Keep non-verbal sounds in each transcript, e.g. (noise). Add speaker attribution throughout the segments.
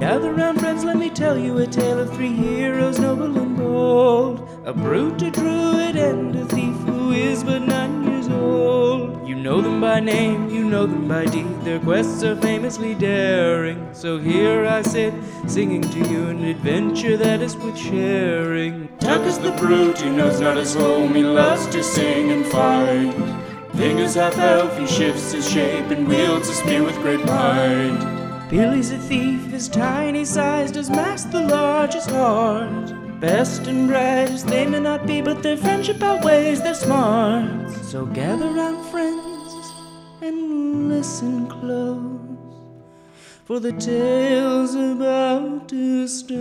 Speaker 1: Gather round, friends, let me tell you a tale of three heroes, noble and bold. A brute, a druid, and a thief who is but nine years old. You know them by name, you know them by deed. Their quests are famously daring. So here I sit, singing to you an adventure that is worth sharing. Tuck is the brute, he knows not his home, he loves to sing and fight. Fingers half elf, he shifts his shape and wields a spear with great might. Billy's a thief, his tiny size does mask the largest heart. Best and brightest they may not be, but their friendship outweighs their smarts. So gather round, friends, and listen close, for the tale's about to start.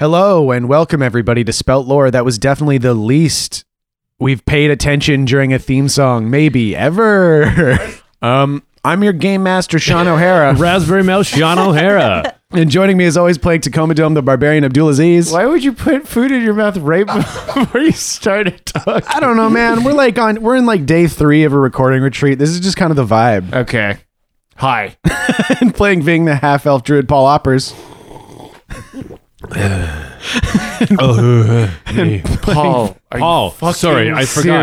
Speaker 2: Hello and welcome everybody to Spelt Lore. That was definitely the least we've paid attention during a theme song, maybe ever. (laughs) um, I'm your game master, Sean
Speaker 3: (laughs)
Speaker 2: O'Hara,
Speaker 3: Raspberry Mouse Sean O'Hara.
Speaker 2: and joining me as always, playing Tacoma Dome, the Barbarian Abdulaziz.
Speaker 4: (laughs) Why would you put food in your mouth (laughs) right
Speaker 2: (laughs)
Speaker 4: before you started talking?
Speaker 2: I don't know, man. We're like on, we're in like day three of a recording retreat. This is just kind of the vibe.
Speaker 4: Okay. Hi.
Speaker 2: And (laughs) playing Ving, the half elf druid, Paul Oppers.
Speaker 4: Paul. Are
Speaker 3: Paul, sorry, I forgot.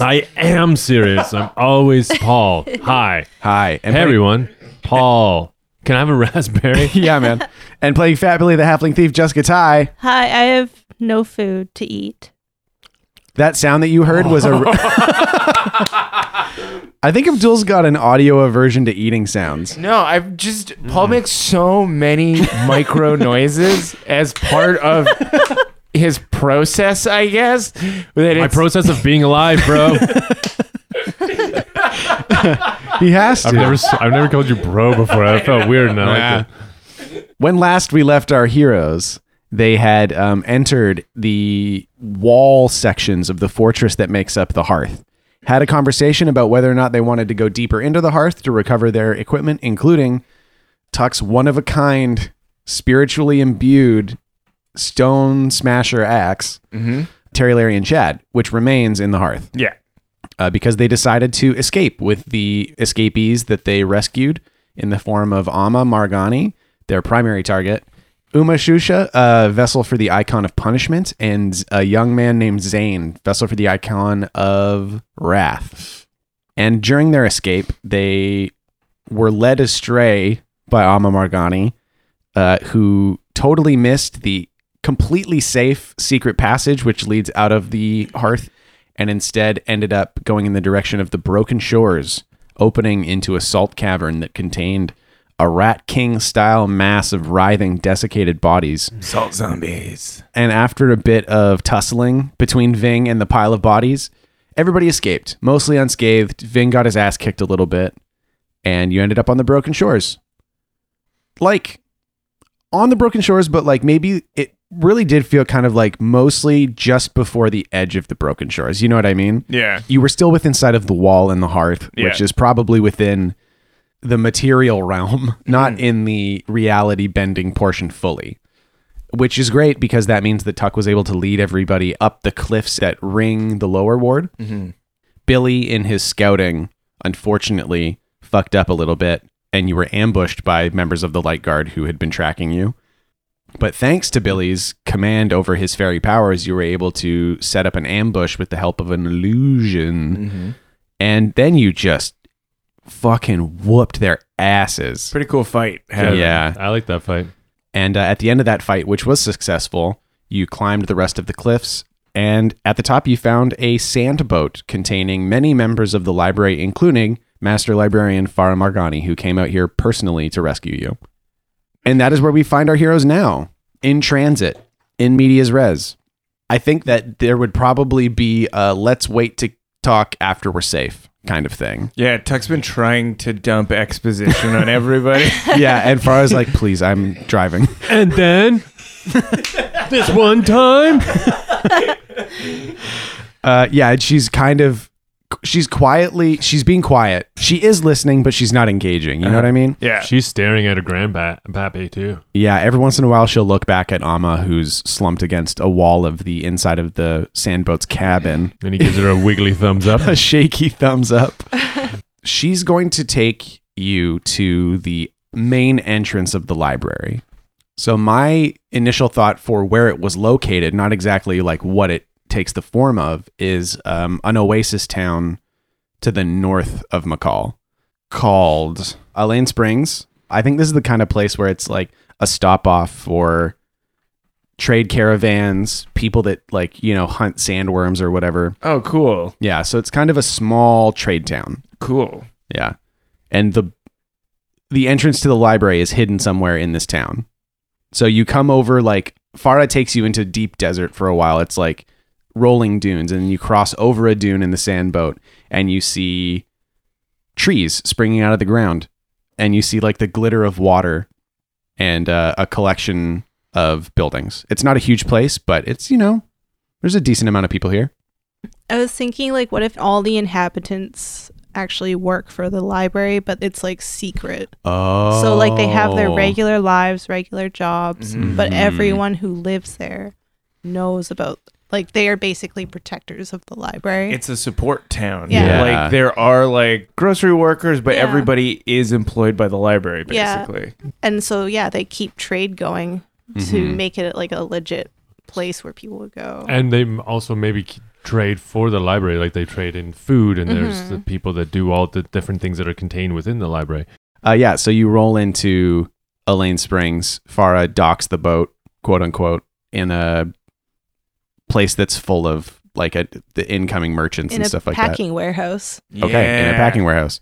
Speaker 3: (laughs) I am serious. I'm always Paul. Hi.
Speaker 2: Hi, and
Speaker 3: Hey,
Speaker 2: playing-
Speaker 3: everyone. Paul. Can I have a
Speaker 4: (laughs)
Speaker 3: raspberry?
Speaker 2: Yeah,
Speaker 3: (laughs)
Speaker 2: man. and playing Fat Billy, the halfling thief, Jessica Ty.
Speaker 5: Hi, I have no food to eat.
Speaker 2: That sound that you heard was a.
Speaker 4: Oh.
Speaker 2: (laughs) I think Abdul's got an audio aversion to eating sounds. Mm.
Speaker 4: no, I've just Paul makes so many
Speaker 2: (laughs)
Speaker 4: micro noises as part of his process, I guess. That
Speaker 3: My
Speaker 4: it's,
Speaker 3: process of being alive,
Speaker 4: (laughs)
Speaker 3: bro.
Speaker 2: He has to.
Speaker 3: I've never, s- I've never called you bro before. That felt weird. Now, like it.
Speaker 2: when last we left our heroes, they had um, entered the wall sections of the fortress that makes up the hearth. Had a conversation about whether or not they wanted to go deeper into the hearth to recover their equipment, including Tuck's one of a kind, spiritually imbued stone smasher axe, Terry, Larry, and Chad, which remains in the hearth
Speaker 4: yeah.
Speaker 2: uh, because they decided to escape with the escapees that they rescued in the form of Amma Margani, their primary target, Uma Shusha, a vessel for the icon of punishment, and a young man named Zane, vessel for the icon of wrath. And during their escape, they were led astray by Amma Margani, uh, who totally missed the completely safe secret passage which leads out of the hearth and instead ended up going in the direction of the broken shores, opening into a salt cavern that contained a rat king style mass of writhing, desiccated bodies.
Speaker 4: Salt zombies.
Speaker 2: And after a bit of tussling between Ving and the pile of bodies, everybody escaped, mostly unscathed. Ving got his ass kicked a little bit, and you ended up on the broken shores. Like, on the broken shores, but like maybe it really did feel kind of like mostly just before the edge of the broken shores. You know what I mean?
Speaker 4: Yeah.
Speaker 2: you were still within sight of the wall and the hearth, which
Speaker 4: Yeah.
Speaker 2: is probably within the material realm, (laughs) not in the reality bending portion fully. Which is great because that means that Tuck was able to lead everybody up the cliffs that ring the lower ward. Billy, in his scouting, unfortunately fucked up a little bit, and you were ambushed by members of the Light Guard who had been tracking you. But thanks to Billy's command over his fairy powers, you were able to set up an ambush with the help of an illusion. And then you just fucking whooped their asses.
Speaker 4: Pretty cool fight.
Speaker 2: Yeah.
Speaker 3: I like that fight.
Speaker 2: And uh, at the end of that fight, which was successful, you climbed the rest of the cliffs. And at the top, you found a sand boat containing many members of the library, including Master Librarian Farah Margani, who came out here personally to rescue you. And that is where we find our heroes now in transit, in medias res. I think that there would probably be a let's wait to talk after we're safe kind of
Speaker 4: (laughs)
Speaker 2: thing.
Speaker 4: Yeah, Tuck's been trying to dump exposition on everybody.
Speaker 5: (laughs)
Speaker 2: Yeah. And Farah's like, please, I'm driving.
Speaker 3: And then this
Speaker 4: (laughs)
Speaker 3: one time,
Speaker 2: Uh, yeah, and she's kind of she's quietly she's being quiet. She is listening, but she's not engaging. You know what I mean?
Speaker 4: Yeah.
Speaker 3: She's staring at her grandpappy too.
Speaker 2: Yeah, every once in a while she'll look back at Amma, who's slumped against a wall of the inside of the sandboat's cabin,
Speaker 3: And he gives her a wiggly thumbs
Speaker 2: (laughs)
Speaker 3: up.
Speaker 2: a shaky thumbs up. She's going to take you to the main entrance of the library. So, my initial thought for where it was located, not exactly like what it takes the form of, is um, an oasis town to the north of McCall called Elaine Springs. I think this is the kind of place where it's like a stop off for trade caravans, people that like, you know, hunt sandworms or whatever.
Speaker 4: Oh, cool.
Speaker 2: Yeah, so it's kind of a small trade town.
Speaker 4: Cool.
Speaker 2: Yeah. And the the entrance to the library is hidden somewhere in this town. So you come over like Farah takes you into deep desert for a while. It's like rolling dunes and you cross over a dune in the sand boat and you see trees springing out of the ground and you see like the glitter of water and uh, a collection of buildings. It's not a huge place, but it's, you know, there's a decent amount of people here.
Speaker 5: I was thinking, like, what if all the inhabitants actually work for the library, but it's like secret?
Speaker 2: Oh.
Speaker 5: So, like, they have their regular lives, regular jobs,
Speaker 3: Mm-hmm.
Speaker 5: but
Speaker 2: Mhm.
Speaker 5: everyone who lives there knows about, like, they are basically protectors of the library.
Speaker 4: It's a support town.
Speaker 5: Yeah.
Speaker 2: Yeah.
Speaker 4: Like there are like grocery workers, but
Speaker 5: Yeah.
Speaker 4: everybody is employed by the library
Speaker 5: Yeah.
Speaker 4: basically.
Speaker 5: and so, yeah, they keep trade going to
Speaker 3: Mm-hmm.
Speaker 5: make it like a legit place where people would go.
Speaker 3: And they m- also maybe k- trade for the library, like they trade in food, and there's
Speaker 5: Mm-hmm.
Speaker 3: the people that do all the different things that are contained within the library.
Speaker 2: Uh, yeah, so you roll into Elaine Springs. Farah docks the boat, quote unquote, in a place that's full of like a, the incoming merchants
Speaker 5: in
Speaker 2: and
Speaker 5: a
Speaker 2: stuff like
Speaker 5: packing warehouse.
Speaker 2: that. Okay, in a packing warehouse,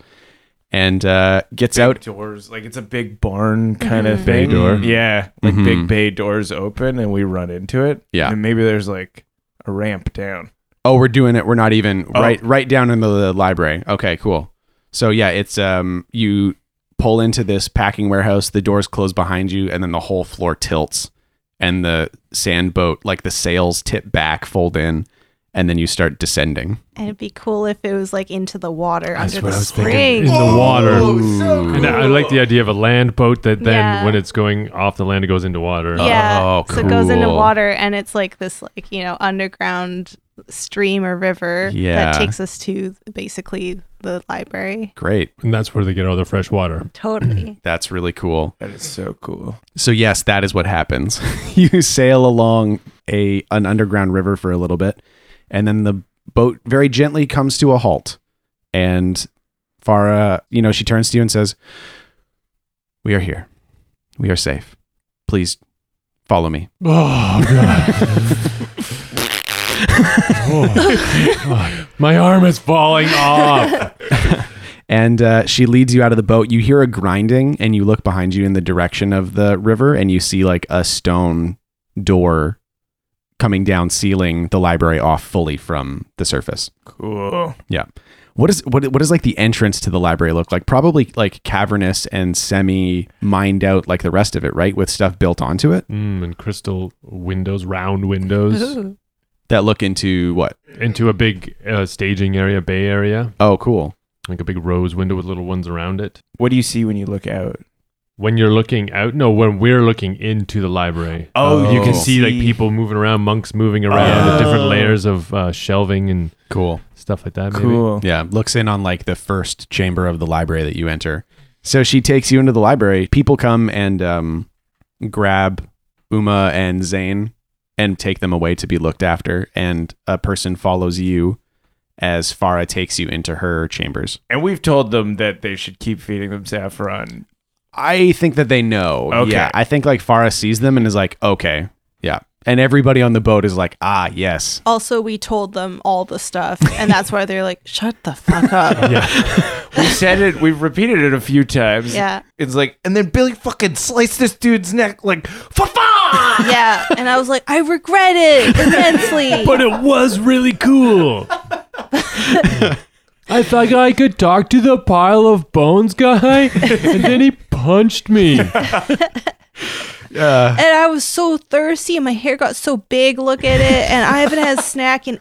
Speaker 2: and uh, gets out.
Speaker 4: doors. Like it's a big barn kind of
Speaker 5: Mhm.
Speaker 4: thing.
Speaker 3: Bay door.
Speaker 4: Yeah. Like big
Speaker 2: Mhm.
Speaker 4: bay doors open and we run into it.
Speaker 2: Yeah.
Speaker 4: And maybe there's like a ramp down.
Speaker 2: Oh, we're doing it. We're not even
Speaker 4: Oh.
Speaker 2: right. Right down into the library. Okay, cool. So yeah, it's um you pull into this packing warehouse. The doors close behind you, and then the whole floor tilts, and the sand boat, like the sails, tip back, fold in, and then you start descending.
Speaker 5: And it'd be cool if it was like into the water
Speaker 3: That's
Speaker 5: under
Speaker 3: what
Speaker 5: the
Speaker 3: I was thinking.
Speaker 5: spring.
Speaker 3: In the water.
Speaker 2: Ooh.
Speaker 3: And I I like the idea of a land boat that then,
Speaker 5: Yeah.
Speaker 3: when it's going off the land, it goes into water.
Speaker 5: Yeah.
Speaker 2: Oh,
Speaker 5: So it goes into
Speaker 2: cool.
Speaker 5: water and it's like this like, you know, underground stream or river
Speaker 2: Yeah.
Speaker 5: that takes us to basically the library.
Speaker 2: Great.
Speaker 3: And that's where they get all their fresh water.
Speaker 2: (clears throat)
Speaker 5: Totally.
Speaker 2: That's really cool.
Speaker 4: That is so cool.
Speaker 2: So yes, that is what happens. (laughs) you sail along a an underground river for a little bit, and then the boat very gently comes to a halt. And Farah, you know, she turns to you and says, "We are here. We are safe. Please follow me."
Speaker 3: Oh, God. Oh, (laughs) My arm is falling off.
Speaker 2: And uh, she leads you out of the boat. You hear a grinding, and you look behind you in the direction of the river, and you see like a stone door coming down, sealing the library off fully from the surface.
Speaker 4: Cool.
Speaker 2: Yeah. What is what what does like the entrance to the library look like? Probably like cavernous and semi mined out like the rest of it, right? With stuff built onto it
Speaker 3: Mm, and crystal windows, round
Speaker 5: (laughs)
Speaker 3: windows,
Speaker 5: Ooh.
Speaker 2: that look into what?
Speaker 3: into a big uh, staging area, bay area,
Speaker 2: Oh, cool.
Speaker 3: like a big rose window with little ones around it.
Speaker 4: What do you see when you look out?
Speaker 3: When you're looking out, no, when we're looking into the library,
Speaker 2: Oh,
Speaker 3: you can
Speaker 2: Oh.
Speaker 3: see like people moving around, monks moving around, the different
Speaker 4: Oh.
Speaker 3: layers of uh, shelving and
Speaker 2: Cool.
Speaker 3: stuff like that. Maybe.
Speaker 4: Cool.
Speaker 2: Yeah, looks in on like the first chamber of the library that you enter. So she takes you into the library. People come and um, grab Uma and Zane and take them away to be looked after. And a person follows you as Farah takes you into her chambers.
Speaker 4: And we've told them that they should keep feeding them saffron.
Speaker 2: I think that they know.
Speaker 4: Okay.
Speaker 2: Yeah, I think like Farah sees them and is like, okay, yeah. And everybody on the boat is like, ah, yes.
Speaker 5: Also, we told them all the stuff, and that's why they're like, "Shut the fuck (laughs) up!" yeah.
Speaker 4: We said it, we've repeated it a few times.
Speaker 5: yeah,
Speaker 4: It's like, and then Billy fucking sliced this dude's neck like, fa
Speaker 5: And I was like, "I regret it
Speaker 2: (laughs)
Speaker 5: immensely."
Speaker 3: But it was really cool. (laughs) I thought I could talk to the pile of bones guy, and then he punched me.
Speaker 5: and I was so thirsty, and my hair got so big. Look at it, and I haven't had a snack in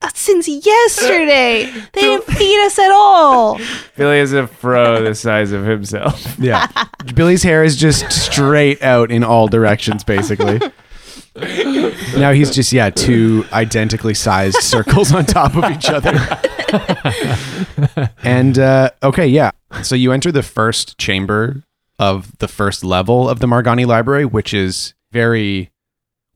Speaker 5: uh, since yesterday. They
Speaker 2: (laughs)
Speaker 5: didn't feed us at all.
Speaker 4: (laughs) Billy is a fro the size of himself.
Speaker 2: Yeah. (laughs) Billy's hair is just straight out in all directions, basically. now he's just, yeah, two identically sized circles on top of each other. and, uh, okay, yeah. So you enter the first chamber of the first level of the Margani Library, which is very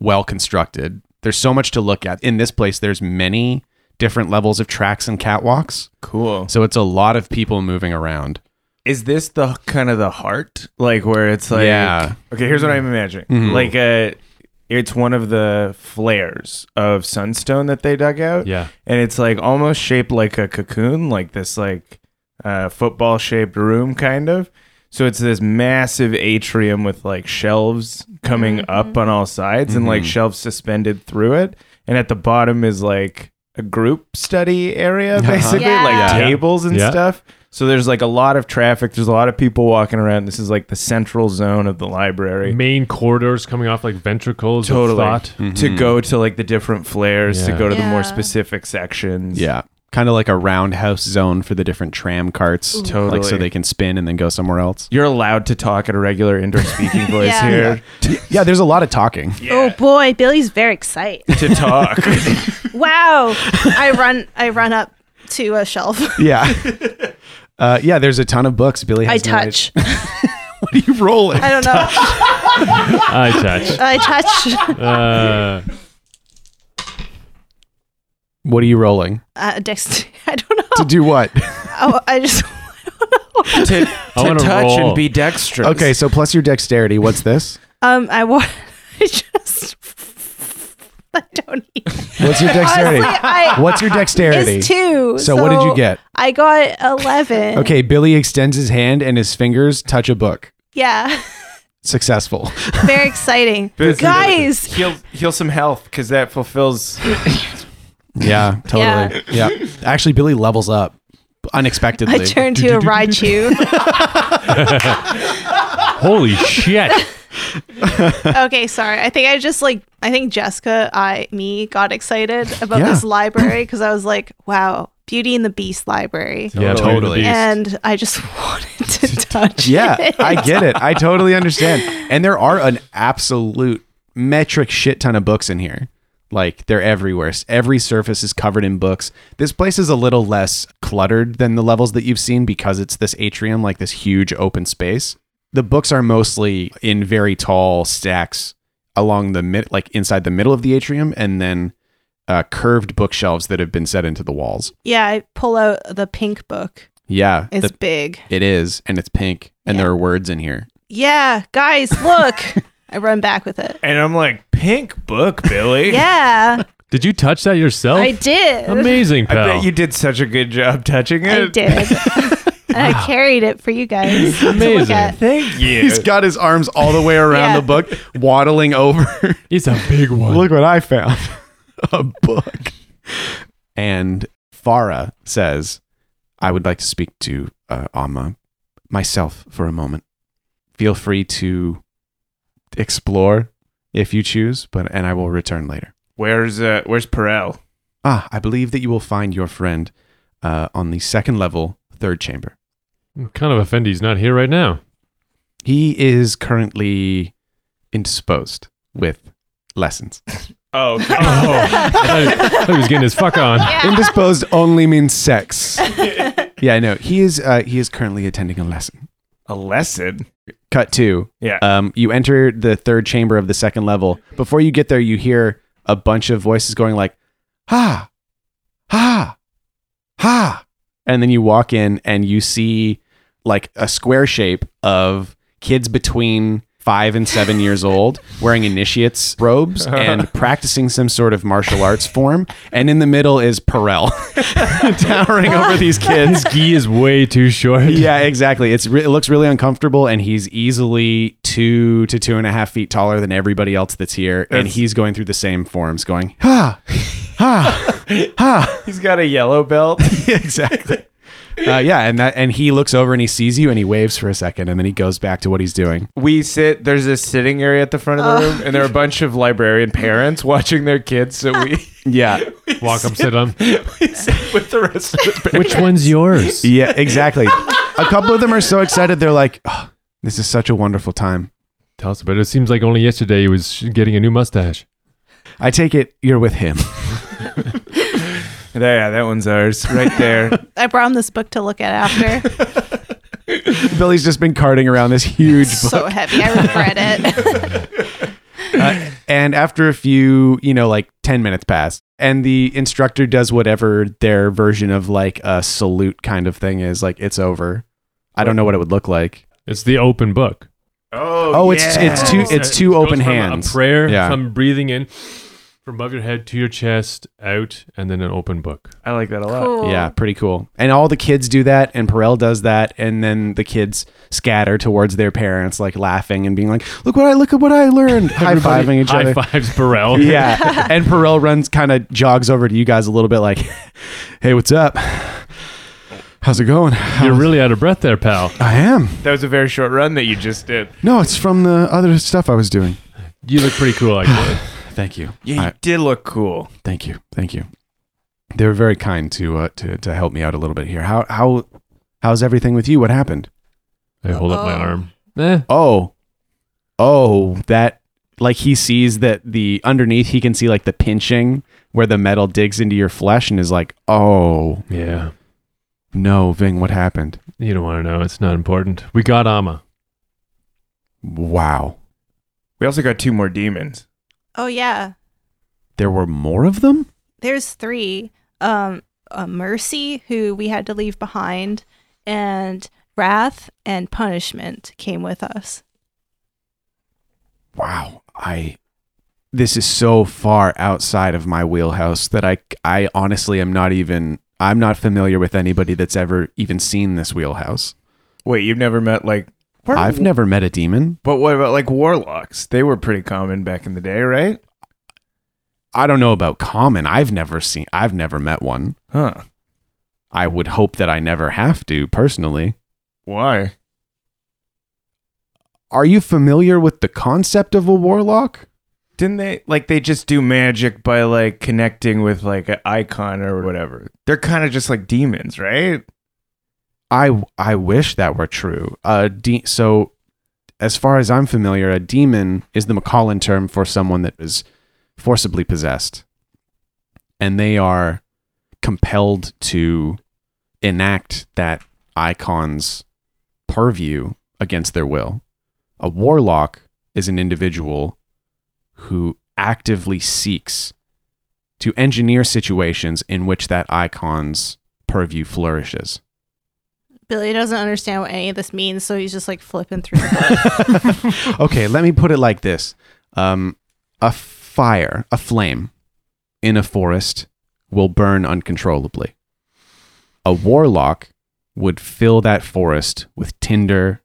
Speaker 2: well constructed. There's so much to look at. In this place, there's many different levels of tracks and catwalks.
Speaker 4: Cool.
Speaker 2: So it's a lot of people moving around.
Speaker 4: Is this the kind of the heart? Like where it's like
Speaker 2: Yeah.
Speaker 4: Okay, here's what I'm imagining.
Speaker 2: Mhm.
Speaker 4: Like uh it's one of the flares of sunstone that they dug out.
Speaker 3: Yeah.
Speaker 4: and it's like almost shaped like a cocoon, like this like uh, football shaped room kind of. So it's this massive atrium with like shelves coming
Speaker 5: Mm-hmm.
Speaker 4: up on all sides and like
Speaker 3: Mm-hmm.
Speaker 2: Mhm.
Speaker 4: shelves suspended through it, and at the bottom is like a group study
Speaker 3: (laughs)
Speaker 4: area
Speaker 2: Uh-huh.
Speaker 4: basically,
Speaker 5: Yeah.
Speaker 4: like
Speaker 5: Yeah.
Speaker 4: tables and
Speaker 3: Yeah.
Speaker 4: stuff. So there's like a lot of traffic. There's a lot of people walking around. This is like the central zone of the library
Speaker 3: Main corridors coming off like ventricles. Of
Speaker 4: Totally.
Speaker 3: thought. Mm-hmm.
Speaker 4: to go to like the different flares, to
Speaker 3: Yeah.
Speaker 4: go to the
Speaker 5: Yeah.
Speaker 4: more specific sections.
Speaker 2: Yeah. Kind of like a roundhouse zone for the different tram carts.
Speaker 4: Totally.
Speaker 2: Like so they can spin and then go somewhere else.
Speaker 4: You're allowed to talk at a regular indoor
Speaker 5: (laughs)
Speaker 4: speaking voice
Speaker 5: Yeah.
Speaker 4: here
Speaker 2: Yeah, there's a lot of (laughs) talking.
Speaker 5: Oh boy, Billy's very excited.
Speaker 4: to
Speaker 2: (laughs)
Speaker 4: talk.
Speaker 5: Wow. I run I run up to a shelf.
Speaker 2: Yeah. Uh, yeah, there's a ton of books. Billy
Speaker 5: I
Speaker 2: has no
Speaker 5: touch.
Speaker 2: idea- (laughs) what are you rolling?
Speaker 5: I don't know.
Speaker 3: I touch.
Speaker 5: I touch
Speaker 3: Uh,
Speaker 2: What are you rolling?
Speaker 5: uh, dext- (laughs) I don't know.
Speaker 2: To do what?
Speaker 5: Oh, I just (laughs)
Speaker 4: to to
Speaker 3: wanna
Speaker 4: touch
Speaker 3: roll.
Speaker 4: and be dexterous.
Speaker 2: okay, so plus your dexterity. What's this?
Speaker 5: um I want (laughs) I just (laughs) I don't need
Speaker 2: What's your dexterity?
Speaker 5: (laughs) Honestly, I
Speaker 2: What's your dexterity?
Speaker 5: it's two.
Speaker 2: So what did you get?
Speaker 5: I got eleven.
Speaker 2: Okay, Billy extends his hand and his fingers touch a book.
Speaker 5: Yeah. (laughs)
Speaker 2: Successful.
Speaker 5: Very exciting.
Speaker 4: Busy.
Speaker 5: Guys,
Speaker 4: Heal heal some health because that fulfills.
Speaker 2: Yeah, totally. (laughs) Yeah. Actually, Billy levels up unexpectedly.
Speaker 5: I turn to a Raichu.
Speaker 3: holy shit!
Speaker 5: okay, sorry. I think I just like I think Jessica, I me got excited about
Speaker 2: Yeah.
Speaker 5: this library because I was like, wow, Beauty and the Beast library.
Speaker 3: Yeah,
Speaker 2: Totally.
Speaker 3: Beauty and the Beast.
Speaker 5: And I just (laughs) wanted to touch (laughs)
Speaker 2: Yeah,
Speaker 5: it.
Speaker 2: I get it. I totally understand. And there are an absolute metric shit ton of books in here. Like they're everywhere. S- Every surface is covered in books. This place is a little less cluttered than the levels that you've seen because it's this atrium, like this huge open space. The books are mostly in very tall stacks along the mid, like inside the middle of the atrium, and then uh, curved bookshelves that have been set into the walls.
Speaker 5: Yeah, I pull out the pink book.
Speaker 2: Yeah,
Speaker 5: It's
Speaker 2: the-
Speaker 5: big.
Speaker 2: it is, and it's pink, and there are words in here.
Speaker 5: Yeah, guys, look. I run back with
Speaker 4: (laughs)
Speaker 5: it.
Speaker 4: And I'm like, pink book,
Speaker 5: (laughs)
Speaker 4: Billy.
Speaker 5: Yeah,
Speaker 3: Did you touch that yourself?
Speaker 5: I did.
Speaker 3: Amazing,
Speaker 4: I
Speaker 3: pal.
Speaker 4: bet you did such a good job touching it.
Speaker 5: I did. and I carried it for you guys. to look
Speaker 3: Amazing.
Speaker 5: at.
Speaker 2: (laughs)
Speaker 4: Thank you.
Speaker 2: He's got his arms all the way around
Speaker 5: Yeah.
Speaker 2: the book, waddling (laughs) over.
Speaker 3: It's a big one.
Speaker 2: what I found (laughs) a book. And Farah says, I would like to speak to uh, Amma myself for a moment. Feel free to explore if you choose, but and I will return later.
Speaker 4: Where's uh, Where's Perel?
Speaker 2: Ah, I believe that you will find your friend uh, on the second level, third chamber.
Speaker 3: I'm kind of offended he's not here right (laughs) now.
Speaker 2: He is currently indisposed with lessons.
Speaker 4: Oh, (laughs) okay.
Speaker 3: I thought he was getting his fuck on.
Speaker 2: Indisposed only means sex. yeah, I know. He is uh, he is currently attending a lesson.
Speaker 4: a lesson.
Speaker 2: Cut two.
Speaker 4: Yeah.
Speaker 2: Um, you enter the third chamber of the second level. Before you get there, you hear a bunch of voices going like, "Ha, ha, ha," and then you walk in and you see like a square shape of kids between five and seven years old wearing initiates robes and practicing some sort of martial arts form. And in the middle is Perel (laughs) towering over these kids.
Speaker 3: His gi is way too short.
Speaker 2: Yeah, exactly. It's re- it looks really uncomfortable, and he's easily two to two and a half feet taller than everybody else that's here, and
Speaker 4: That's-
Speaker 2: he's going through the same forms, going ha ha ha. (laughs)
Speaker 4: He's got a yellow belt.
Speaker 2: exactly. Uh, yeah, and that and he looks over and he sees you and he waves for a second and then he goes back to what he's doing.
Speaker 4: we sit there's this sitting area at the front of the room and there are a bunch of librarian parents (laughs) watching their kids so
Speaker 5: (laughs)
Speaker 4: we (laughs)
Speaker 2: Yeah,
Speaker 3: Walk up, sit (laughs) on.
Speaker 4: with the rest of the
Speaker 3: Which one's yours? (laughs)
Speaker 2: yeah, exactly. a couple of them are so excited they're like, "Oh, "This is such a wonderful time."
Speaker 3: Tell us about it. It seems like only yesterday he was getting a new mustache.
Speaker 2: I take it you're with him. (laughs)
Speaker 4: yeah that one's ours right there
Speaker 5: I brought him this book to look at after.
Speaker 2: Billy's just been carting around this huge book.
Speaker 5: so heavy. I regret it. (laughs)
Speaker 2: Uh, and after a few, you know, like 10 minutes pass, and the instructor does whatever their version of like a salute kind of thing is, like it's over. I don't know what it would look like.
Speaker 3: It's the open book.
Speaker 2: Oh, it's it's two it's two
Speaker 3: It goes
Speaker 2: open
Speaker 3: from
Speaker 2: hands.
Speaker 3: A prayer
Speaker 2: Yeah.
Speaker 3: from breathing in from above your head to your chest, out, and then an open book.
Speaker 4: i like that a lot
Speaker 5: Cool.
Speaker 2: Yeah, pretty cool. And all the kids do that, and Perel does that, and then the kids scatter towards their parents, like laughing and being like, "Look what I look at what I learned!" High fiving each
Speaker 3: High
Speaker 2: other.
Speaker 3: fives,
Speaker 2: (laughs)
Speaker 3: Burrell.
Speaker 2: yeah. And Perel runs, kind of jogs over to you guys a little bit, like, "Hey, what's up? How's it going? "Um,
Speaker 3: You're really out of breath there, pal.
Speaker 2: I am.
Speaker 4: that was a very short run that you just did
Speaker 2: No, it's from the other stuff I was doing.
Speaker 3: You look pretty cool,
Speaker 2: (laughs)
Speaker 3: actually.
Speaker 2: Thank you.
Speaker 4: yeah you
Speaker 2: I-
Speaker 4: did look cool
Speaker 2: thank you. Thank you. They were very kind to uh, to to help me out a little bit here. How how how's everything with you? What happened?
Speaker 3: I hold up my
Speaker 5: Oh.
Speaker 3: arm. Eh,
Speaker 2: Oh, oh, that like he sees that the underneath he can see like the pinching where the metal digs into your flesh and is like, oh
Speaker 3: yeah.
Speaker 2: no, Ving, what happened?
Speaker 3: You don't want to know. It's not important. We got Ama.
Speaker 2: Wow,
Speaker 4: we also got two more demons
Speaker 5: Oh yeah.
Speaker 2: there were more of them.
Speaker 5: There's three. Um, uh, Mercy, who we had to leave behind, and Wrath and Punishment came with us.
Speaker 2: Wow, I. This is so far outside of my wheelhouse that I I honestly am not even I'm not familiar with anybody that's ever even seen this wheelhouse.
Speaker 4: wait you've never met like where-
Speaker 2: I've never met a demon.
Speaker 4: but what about like warlocks they were pretty common back in the day right
Speaker 2: I don't know about common. I've never seen I've never met one.
Speaker 4: huh
Speaker 2: I would hope that I never have to personally.
Speaker 4: why
Speaker 2: Are you familiar with the concept of a warlock?
Speaker 4: didn't they like they just do magic by like connecting with like an icon or whatever they're kind of just like demons right
Speaker 2: I I wish that were true. Uh de- so as far as I'm familiar, a demon is the McCollin term for someone that is forcibly possessed. And they are compelled to enact that icon's purview against their will. A warlock is an individual who actively seeks to engineer situations in which that icon's purview flourishes.
Speaker 5: Billy doesn't understand what any of this means, so he's just like flipping through the book.
Speaker 2: okay, let me put it like this: um, a fire, a flame, in a forest will burn uncontrollably. A warlock would fill that forest with tinder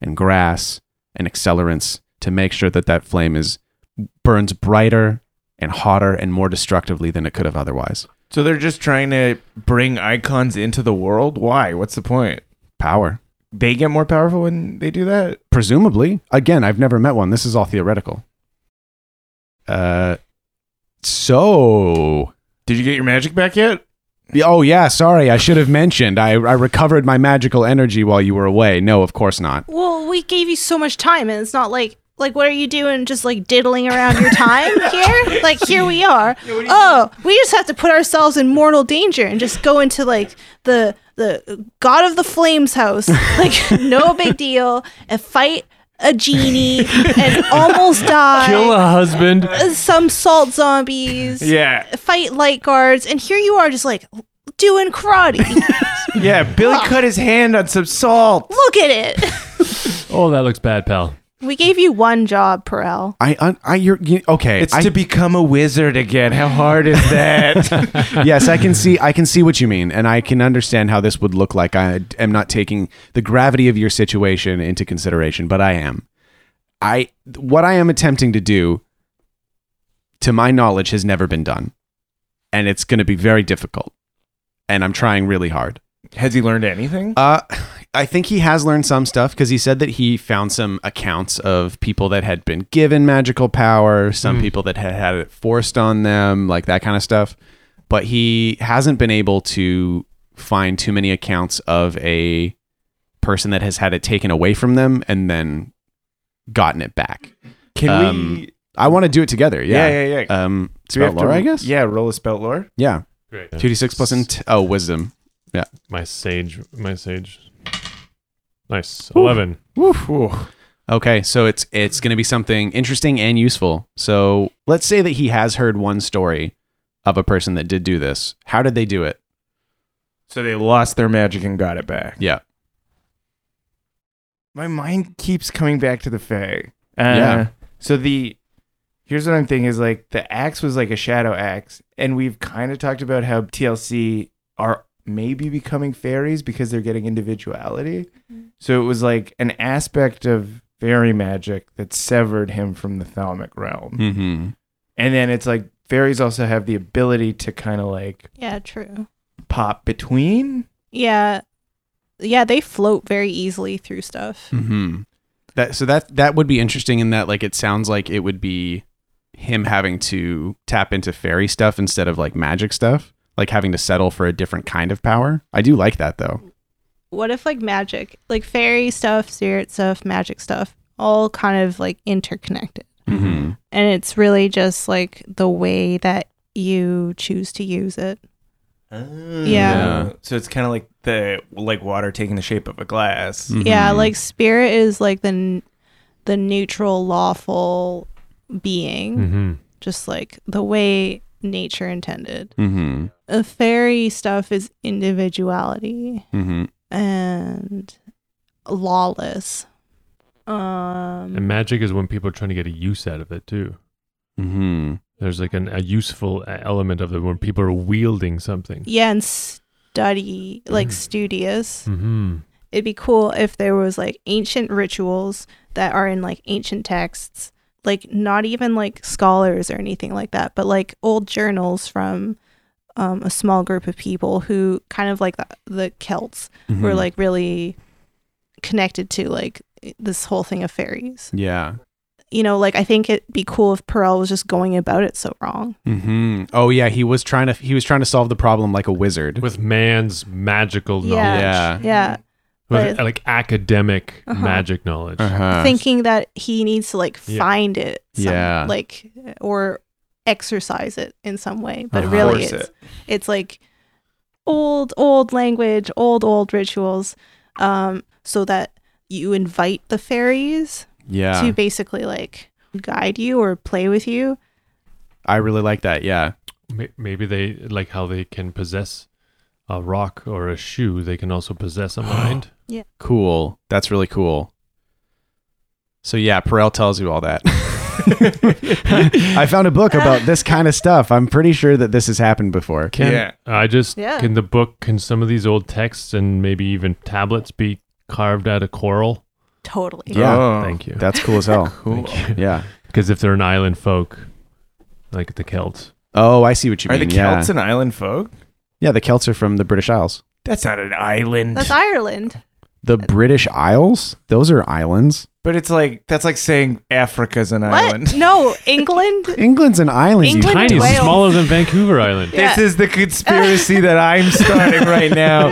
Speaker 2: and grass and accelerants to make sure that that flame is burns brighter and hotter and more destructively than it could have otherwise.
Speaker 4: So they're just trying to bring icons into the world? Why? What's the point?
Speaker 2: Power,
Speaker 4: They get more powerful when they do that?
Speaker 2: presumably. Again, I've never met one. This is all theoretical. Uh, so
Speaker 4: Did you get your magic back yet?
Speaker 2: Yeah, Oh yeah, sorry. I should have mentioned. I, I recovered my magical energy while you were away. No, of course not.
Speaker 5: Well, we gave you so much time, and it's not like like what are you doing? Just like diddling around your
Speaker 3: (laughs)
Speaker 5: time here? Like here we are. oh, we just have to put ourselves in mortal danger and just go into like the the god of the
Speaker 3: (laughs)
Speaker 5: flames house. Like no big deal, and fight a
Speaker 3: (laughs)
Speaker 5: genie and almost die.
Speaker 3: (laughs) Kill a husband.
Speaker 5: some salt zombies.
Speaker 4: Yeah.
Speaker 5: Fight light guards, and here you are, just like doing karate.
Speaker 3: (laughs)
Speaker 4: Yeah, Billy cut his hand on some salt.
Speaker 5: Look at it.
Speaker 3: Oh, that looks bad, pal.
Speaker 5: We gave you one job, Perel.
Speaker 2: I I, I you're you, okay.
Speaker 4: It's
Speaker 2: I,
Speaker 4: (laughs) to become a wizard again. How hard is that?
Speaker 2: yes, I can see I can see what you mean, and I can understand how this would look like. I am not taking the gravity of your situation into consideration, but I am. I what I am attempting to do, to my knowledge, has never been done, and it's going to be very difficult, and I'm trying really hard.
Speaker 4: (laughs) Has he learned anything?
Speaker 2: Uh, I think he has learned some stuff because he said that he found some accounts of people that had been given magical power,
Speaker 4: Hmm.
Speaker 2: some people that had had it forced on them, like that kind of stuff. But he hasn't been able to find too many accounts of a person that has had it taken away from them and then gotten it back.
Speaker 4: Can
Speaker 2: um, I want to do it together. Yeah,
Speaker 4: Yeah, Uh, yeah, yeah.
Speaker 2: Um,
Speaker 4: Do we
Speaker 2: spell lore, I guess.
Speaker 4: Yeah, roll a spell lore.
Speaker 2: yeah.
Speaker 3: Great.
Speaker 2: Two d six plus int- oh wisdom.
Speaker 3: My sage. My sage. Nice. Eleven.
Speaker 4: Ooh.
Speaker 2: Okay, so it's it's going to be something interesting and useful. So let's say that he has heard one story of a person that did do this. How did they do it?
Speaker 4: So they lost their magic and got it back.
Speaker 2: Yeah,
Speaker 4: My mind keeps coming back to the Fae. Uh,
Speaker 2: Yeah.
Speaker 4: So the here's what I'm thinking is like the axe was like a shadow axe, and we've kind of talked about how TLC are maybe becoming fairies because they're getting individuality. So it was like an aspect of fairy magic that severed him from the Thalmic realm,
Speaker 2: mm-hmm.
Speaker 4: and then it's like fairies also have the ability to kind of like
Speaker 5: Yeah, true.
Speaker 4: pop between.
Speaker 5: Yeah. Yeah, they float very easily through stuff.
Speaker 2: Mm-hmm. That so that that would be interesting in that like it sounds like it would be him having to tap into fairy stuff instead of like magic stuff, like having to settle for a different kind of power. I do like that though.
Speaker 5: What if like magic, like fairy stuff, spirit stuff, magic stuff, all kind of like interconnected?
Speaker 2: Mm-hmm.
Speaker 5: And it's really just like the way that you choose to use it. Yeah.
Speaker 2: Yeah.
Speaker 4: Oh. So it's kind of like the like water taking the shape of a glass.
Speaker 5: Yeah, like spirit is like the n- the neutral lawful being,
Speaker 3: Mm-hmm.
Speaker 5: just like the way nature intended.
Speaker 2: Mm-hmm.
Speaker 5: The fairy stuff is individuality.
Speaker 2: Mm-hmm.
Speaker 5: and lawless. Um,
Speaker 3: And magic is when people are trying to get a use out of it too.
Speaker 2: Mm-hmm.
Speaker 3: There's like an, a useful e- element of it when people are wielding something.
Speaker 5: yeah, and study like
Speaker 3: Mhm.
Speaker 5: studious.
Speaker 3: Mm-hmm.
Speaker 5: It'd be cool if there was like ancient rituals that are in like ancient texts, like not even like scholars or anything like that, but like old journals from um, a small group of people who kind of like the, the Celts were
Speaker 2: Mm-hmm.
Speaker 5: like really connected to like this whole thing of fairies.
Speaker 2: yeah.
Speaker 5: you know, like I think it'd be cool if Perel was just going about it so wrong.
Speaker 2: Mm-hmm. Oh yeah, he was trying to he was trying to solve the problem like a wizard.
Speaker 3: With man's magical knowledge.
Speaker 2: Yeah.
Speaker 5: Yeah. Yeah.
Speaker 3: With
Speaker 5: but-
Speaker 3: like academic
Speaker 5: Uh-huh.
Speaker 3: magic knowledge.
Speaker 2: Uh-huh.
Speaker 5: Thinking that he needs to like
Speaker 3: Yeah.
Speaker 5: find it. some-
Speaker 2: Yeah.
Speaker 5: Like, or exercise it in some way. But
Speaker 2: Uh-huh.
Speaker 5: really,
Speaker 4: Force
Speaker 5: it's,
Speaker 4: it.
Speaker 5: it's like old, old language, old, old rituals. Um, so that you invite the fairies
Speaker 2: yeah.
Speaker 5: to basically like guide you or play with you.
Speaker 2: I really like that. Yeah.
Speaker 3: May- Maybe they like how they can possess a rock or a shoe. They can also
Speaker 2: (gasps)
Speaker 3: possess a mind.
Speaker 2: Cool. That's really cool. So yeah, Perel tells you all
Speaker 4: (laughs)
Speaker 2: that. (laughs) I found a book about this kind of stuff. I'm pretty sure that this has happened before.
Speaker 3: Can
Speaker 4: Yeah.
Speaker 3: I just
Speaker 5: Yeah.
Speaker 3: can the book can some of these old texts and maybe even tablets be carved out of coral?
Speaker 5: Totally.
Speaker 2: Yeah.
Speaker 4: Oh,
Speaker 3: Thank you.
Speaker 2: That's cool as (laughs) hell.
Speaker 4: Cool.
Speaker 3: (laughs)
Speaker 2: Yeah.
Speaker 3: Because if they're an island folk, like the Celts,
Speaker 2: Oh, I see what you
Speaker 4: Are the
Speaker 2: mean.
Speaker 4: Celts
Speaker 2: yeah.
Speaker 4: an island folk?
Speaker 2: yeah, the Celts are from the British Isles.
Speaker 4: That's not an island.
Speaker 5: That's Ireland.
Speaker 2: The British Isles? Those are islands.
Speaker 4: but it's like that's like saying Africa's an
Speaker 5: What?
Speaker 4: (laughs) island.
Speaker 5: No, England.
Speaker 2: England's an island. you
Speaker 5: England-
Speaker 3: tiny,
Speaker 5: Wales.
Speaker 3: smaller than Vancouver Island.
Speaker 5: (laughs) Yeah.
Speaker 4: This is the conspiracy that I'm starting right
Speaker 5: (laughs)
Speaker 4: now.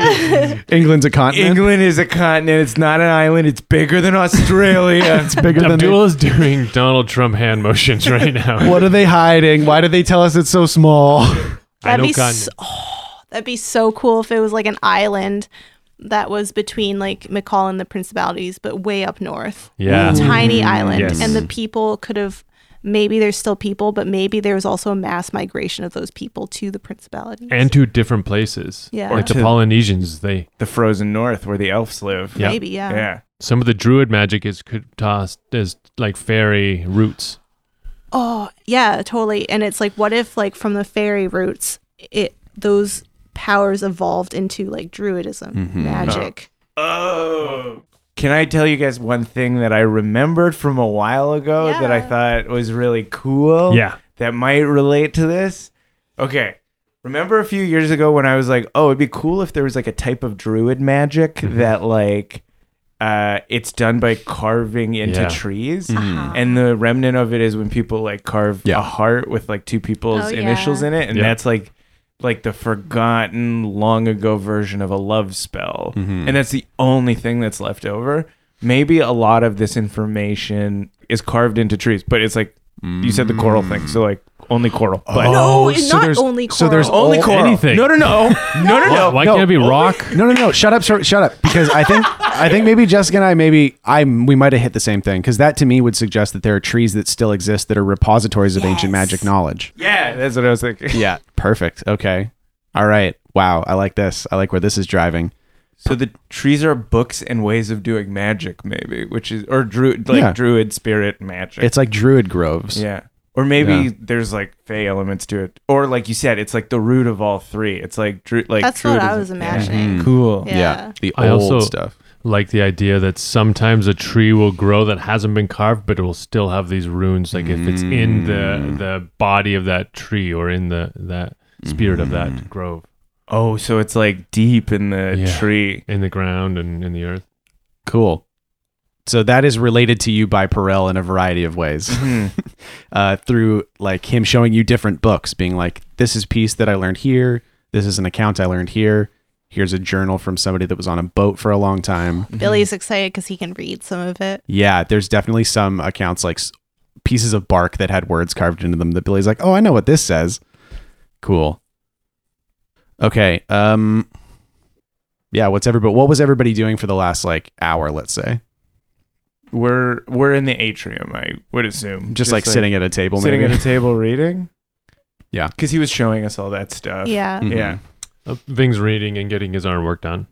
Speaker 2: England's a continent.
Speaker 4: England is a continent. It's not an island. It's bigger than Australia.
Speaker 5: (laughs)
Speaker 4: (laughs)
Speaker 2: It's (laughs) bigger than the-
Speaker 3: Abdul is doing Donald Trump hand motions
Speaker 5: (laughs)
Speaker 3: right now.
Speaker 2: What are they hiding? Why did they tell us it's so small? (laughs)
Speaker 3: I
Speaker 5: That'd
Speaker 3: know
Speaker 5: be
Speaker 3: con-
Speaker 5: so, oh, that'd be so cool if it was like an island that was between like McCall and the principalities, but way up north,
Speaker 3: Yeah.
Speaker 5: tiny island,
Speaker 4: Mm, yes.
Speaker 5: and the people could have. Maybe there's still people, but maybe there was also a mass migration of those people to the principalities.
Speaker 3: And to different places.
Speaker 5: Yeah.
Speaker 3: Like the
Speaker 4: To-
Speaker 3: Polynesians, they
Speaker 4: the frozen north where the elves live.
Speaker 3: yeah.
Speaker 5: maybe, yeah.
Speaker 4: Yeah.
Speaker 3: some of the druid magic is could tossed as like fairy roots.
Speaker 5: Oh, yeah, totally. And it's like, what if like from the fairy roots, it those powers evolved into like druidism,
Speaker 4: Mm-hmm.
Speaker 5: magic.
Speaker 4: Oh. Can I tell you guys one thing that I remembered from a while ago that I
Speaker 5: Yeah.
Speaker 4: Oh. thought was really cool?
Speaker 3: Yeah.
Speaker 4: That might relate to this? Okay. Remember a few years ago when I was like, "Oh, it'd be cool if there was like a type of druid magic
Speaker 3: Mm-hmm.
Speaker 4: that like uh it's done by carving into
Speaker 3: Yeah. Mm-hmm.
Speaker 4: trees."
Speaker 5: Uh-huh.
Speaker 4: And the remnant of it is when people like carve
Speaker 2: Yeah.
Speaker 4: a heart with like two people's
Speaker 5: Oh, yeah.
Speaker 4: initials in it and
Speaker 3: Yeah.
Speaker 4: that's like like the forgotten long ago version of a love spell.
Speaker 3: Mm-hmm.
Speaker 4: And that's the only thing that's left over. Maybe a lot of this information is carved into trees, but it's like you said the coral thing, so like only coral.
Speaker 2: Oh.
Speaker 4: But
Speaker 3: Oh,
Speaker 5: No,
Speaker 2: so
Speaker 5: not
Speaker 2: there's-
Speaker 5: only coral.
Speaker 2: so there's
Speaker 4: only
Speaker 2: all-
Speaker 4: coral.
Speaker 3: anything.
Speaker 4: No, no, (laughs) no,
Speaker 2: Oh.
Speaker 4: no, no, no.
Speaker 3: Why can't it be rock?
Speaker 2: No, no, no! Shut up! sir, Shut up! Because I think I think maybe Jessica and I maybe I we might have hit the same thing because that to me would suggest that there are trees that still exist that are repositories of ancient magic knowledge.
Speaker 4: Yeah, that's what I was thinking.
Speaker 2: Yeah, perfect. Okay, all right. Wow, I like this. I like where this is driving.
Speaker 4: So the trees are books and ways of doing magic, maybe, which is or druid like
Speaker 2: Yeah.
Speaker 4: druid spirit magic.
Speaker 2: It's like druid groves.
Speaker 4: yeah. Or maybe
Speaker 2: Yeah.
Speaker 4: there's like fey elements to it, or like you said, it's like the root of all three. It's like dru- like
Speaker 5: That's what I
Speaker 4: druidism.
Speaker 5: was
Speaker 2: Mm-hmm.
Speaker 5: imagining.
Speaker 4: Cool.
Speaker 5: Yeah.
Speaker 2: the old
Speaker 3: I also-
Speaker 2: stuff.
Speaker 3: Like the idea that sometimes a tree will grow that hasn't been carved, but it will still have these runes. Like if it's in the the body of that tree or in the that spirit of that grove
Speaker 4: Oh, so it's like deep in the
Speaker 3: Yeah.
Speaker 4: tree.
Speaker 3: in the ground and in the earth.
Speaker 2: Cool. So that is related to you by Perel in a variety of ways.
Speaker 4: Hmm.
Speaker 2: uh, through like him showing you different books, being like, "This is piece that I learned here. This is an account I learned here. Here's a journal from somebody that was on a boat for a long time."
Speaker 3: Mm-hmm.
Speaker 5: Billy's excited because he can read some of it.
Speaker 2: Yeah, there's definitely some accounts like s- pieces of bark that had words carved into them that Billy's like, "Oh, I know what this says." Cool. Okay. Um. Yeah. What's everybody? What was everybody doing for the last like hour? Let's say.
Speaker 4: We're we're in the atrium, I would assume.
Speaker 2: just, like, sitting at a table,
Speaker 4: sitting
Speaker 2: maybe.
Speaker 4: at a table
Speaker 3: (laughs)
Speaker 4: reading.
Speaker 2: Yeah.
Speaker 4: because he was showing us all that stuff.
Speaker 5: Yeah,
Speaker 2: (laughs) Mhm.
Speaker 4: yeah.
Speaker 3: Uh, Ving's reading and getting his arm work done.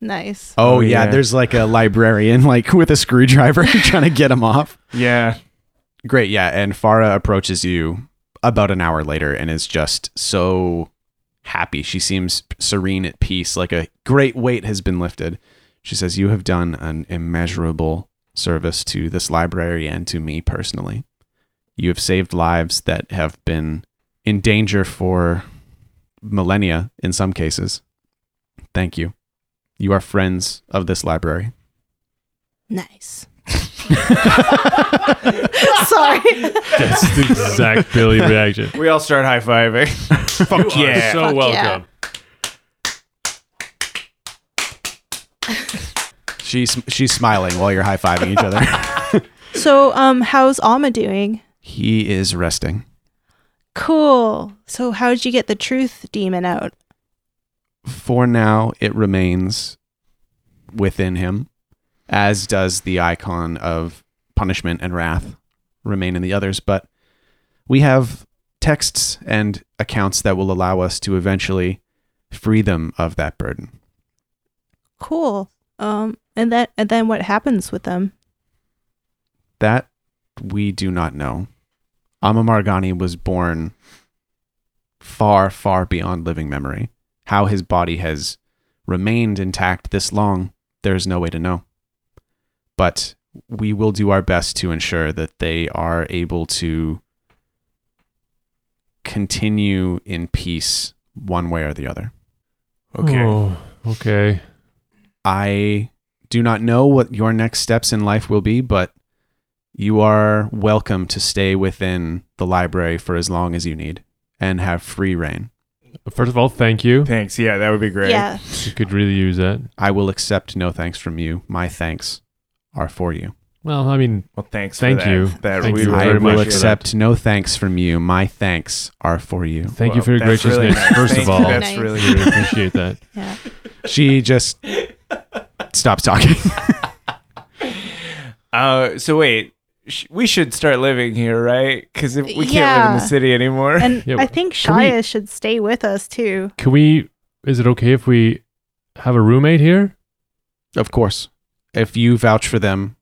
Speaker 5: nice.
Speaker 2: Oh,
Speaker 4: Oh,
Speaker 2: yeah.
Speaker 4: yeah.
Speaker 2: there's like a librarian (laughs) like with a screwdriver (laughs) trying to get him off.
Speaker 5: (laughs)
Speaker 4: Yeah.
Speaker 2: Great, yeah. And Farah approaches you about an hour later and is just so happy. She seems serene at peace, like a great weight has been lifted. She says, "You have done an immeasurable service to this library and to me personally. You have saved lives that have been in danger for millennia in some cases. Thank you. You are friends of this library."
Speaker 5: Nice. (laughs) Sorry.
Speaker 3: That's the exact Billy reaction.
Speaker 4: We all start
Speaker 3: (laughs)
Speaker 4: high fiving. Fuck
Speaker 3: You are
Speaker 4: yeah.
Speaker 3: so
Speaker 5: Fuck
Speaker 3: welcome.
Speaker 2: She's she's smiling while you're high fiving each other.
Speaker 5: So, um, how's Alma doing?
Speaker 2: he is resting.
Speaker 5: Cool. So, how'd you get the truth demon out?
Speaker 2: For now, it remains within him, as does the icon of punishment and wrath remain in the others. But we have texts and accounts that will allow us to eventually free them of that burden.
Speaker 5: Cool. Um, and that, and then what happens with them?
Speaker 2: That we do not know. Amma Margani was born far, far beyond living memory. How his body has remained intact this long, there is no way to know. But we will do our best to ensure that they are able to continue in peace one way or the other.
Speaker 4: Okay.
Speaker 3: Oh, okay.
Speaker 2: I do not know what your next steps in life will be, but you are welcome to stay within the library for as long as you need and have free reign.
Speaker 3: First of all, thank you.
Speaker 4: Thanks. Yeah, that would be great.
Speaker 5: Yeah.
Speaker 3: You could really use that.
Speaker 2: I will accept no thanks from you. My thanks are for you.
Speaker 3: Well, I mean,
Speaker 4: Well, thanks.
Speaker 3: Thank
Speaker 4: for that.
Speaker 3: you.
Speaker 4: That
Speaker 3: Thank
Speaker 4: we
Speaker 3: you
Speaker 4: really
Speaker 2: I
Speaker 3: very
Speaker 2: will
Speaker 3: much for
Speaker 4: appreciate it.
Speaker 2: accept no thanks from you. My thanks are for you.
Speaker 3: thank you
Speaker 4: Well,
Speaker 3: for your
Speaker 4: that's
Speaker 3: graciousness.
Speaker 4: really nice.
Speaker 3: First of
Speaker 4: Thank you.
Speaker 3: all,
Speaker 4: that's
Speaker 5: Nice.
Speaker 4: really
Speaker 3: we appreciate that.
Speaker 5: Yeah.
Speaker 2: She just stops talking.
Speaker 4: (laughs)
Speaker 2: (laughs)
Speaker 4: Uh, so wait, sh- we should start living here, right? Because we can't live in
Speaker 5: Yeah.
Speaker 4: the city anymore.
Speaker 5: And
Speaker 3: Yeah,
Speaker 5: I think
Speaker 3: can we-
Speaker 5: Shia should stay with us too.
Speaker 3: (laughs) Can we? Is it okay if we have a roommate here?
Speaker 2: of course, if you vouch for them,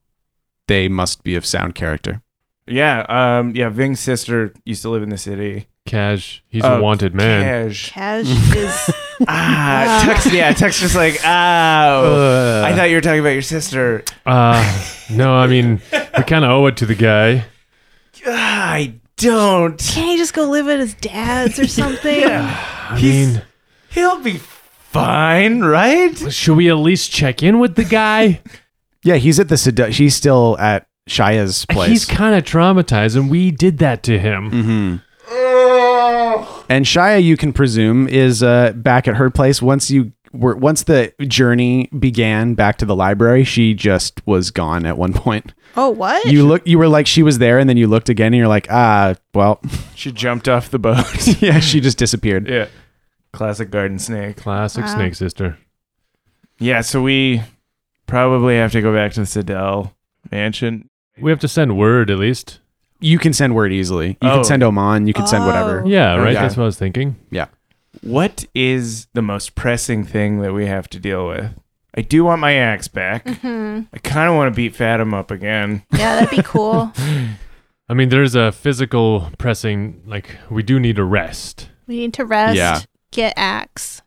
Speaker 2: they must be of sound character.
Speaker 4: (laughs) yeah, um, yeah. Ving's sister used to live in the city.
Speaker 3: Cash, he's
Speaker 4: Uh,
Speaker 3: a wanted man. (laughs)
Speaker 5: (laughs)
Speaker 4: Cash.
Speaker 5: Cash
Speaker 3: Mm.
Speaker 5: is
Speaker 4: ah,
Speaker 5: (laughs)
Speaker 4: Tex. Yeah, Tex just like, oh, I thought you were talking about your sister.
Speaker 3: Uh, no, I mean, we kind of owe it to the guy.
Speaker 4: Ah, I don't.
Speaker 5: Can't he just go live at his dad's or something?
Speaker 3: I
Speaker 4: He's-
Speaker 3: mean,
Speaker 4: He'll be fine, right?
Speaker 3: should we at least check in with the guy?
Speaker 2: Yeah, he's at the sedu- he's still at Shia's place.
Speaker 3: He's kind of traumatized, and we did that to him.
Speaker 4: Mm-hmm.
Speaker 2: and Shia, you can presume, is uh, back at her place. Once you were, once the journey began back to the library, she just was gone at one point.
Speaker 5: Oh, what?
Speaker 2: You look, you were like she was there, and then you looked again, and you're like, ah, well, (laughs)
Speaker 4: She jumped off the boat.
Speaker 2: yeah, she just disappeared.
Speaker 4: yeah. Classic garden snake.
Speaker 3: Classic
Speaker 5: Wow.
Speaker 3: snake sister.
Speaker 4: Yeah, so we probably have to go back to the Sedell mansion.
Speaker 3: We have to send word at least.
Speaker 2: You can send word easily. You
Speaker 4: Oh.
Speaker 2: can send Oman. You can send whatever.
Speaker 5: Oh.
Speaker 3: Yeah, right.
Speaker 4: Okay.
Speaker 3: That's what I was thinking.
Speaker 4: What is the most pressing thing that we have to deal with? I do want my axe back. I kind of want to beat Fatim up again.
Speaker 5: Yeah, that'd be
Speaker 3: (laughs)
Speaker 5: cool.
Speaker 3: I mean, there's a physical pressing. Like we do need a rest.
Speaker 5: we need to rest.
Speaker 2: Yeah.
Speaker 5: Get axe.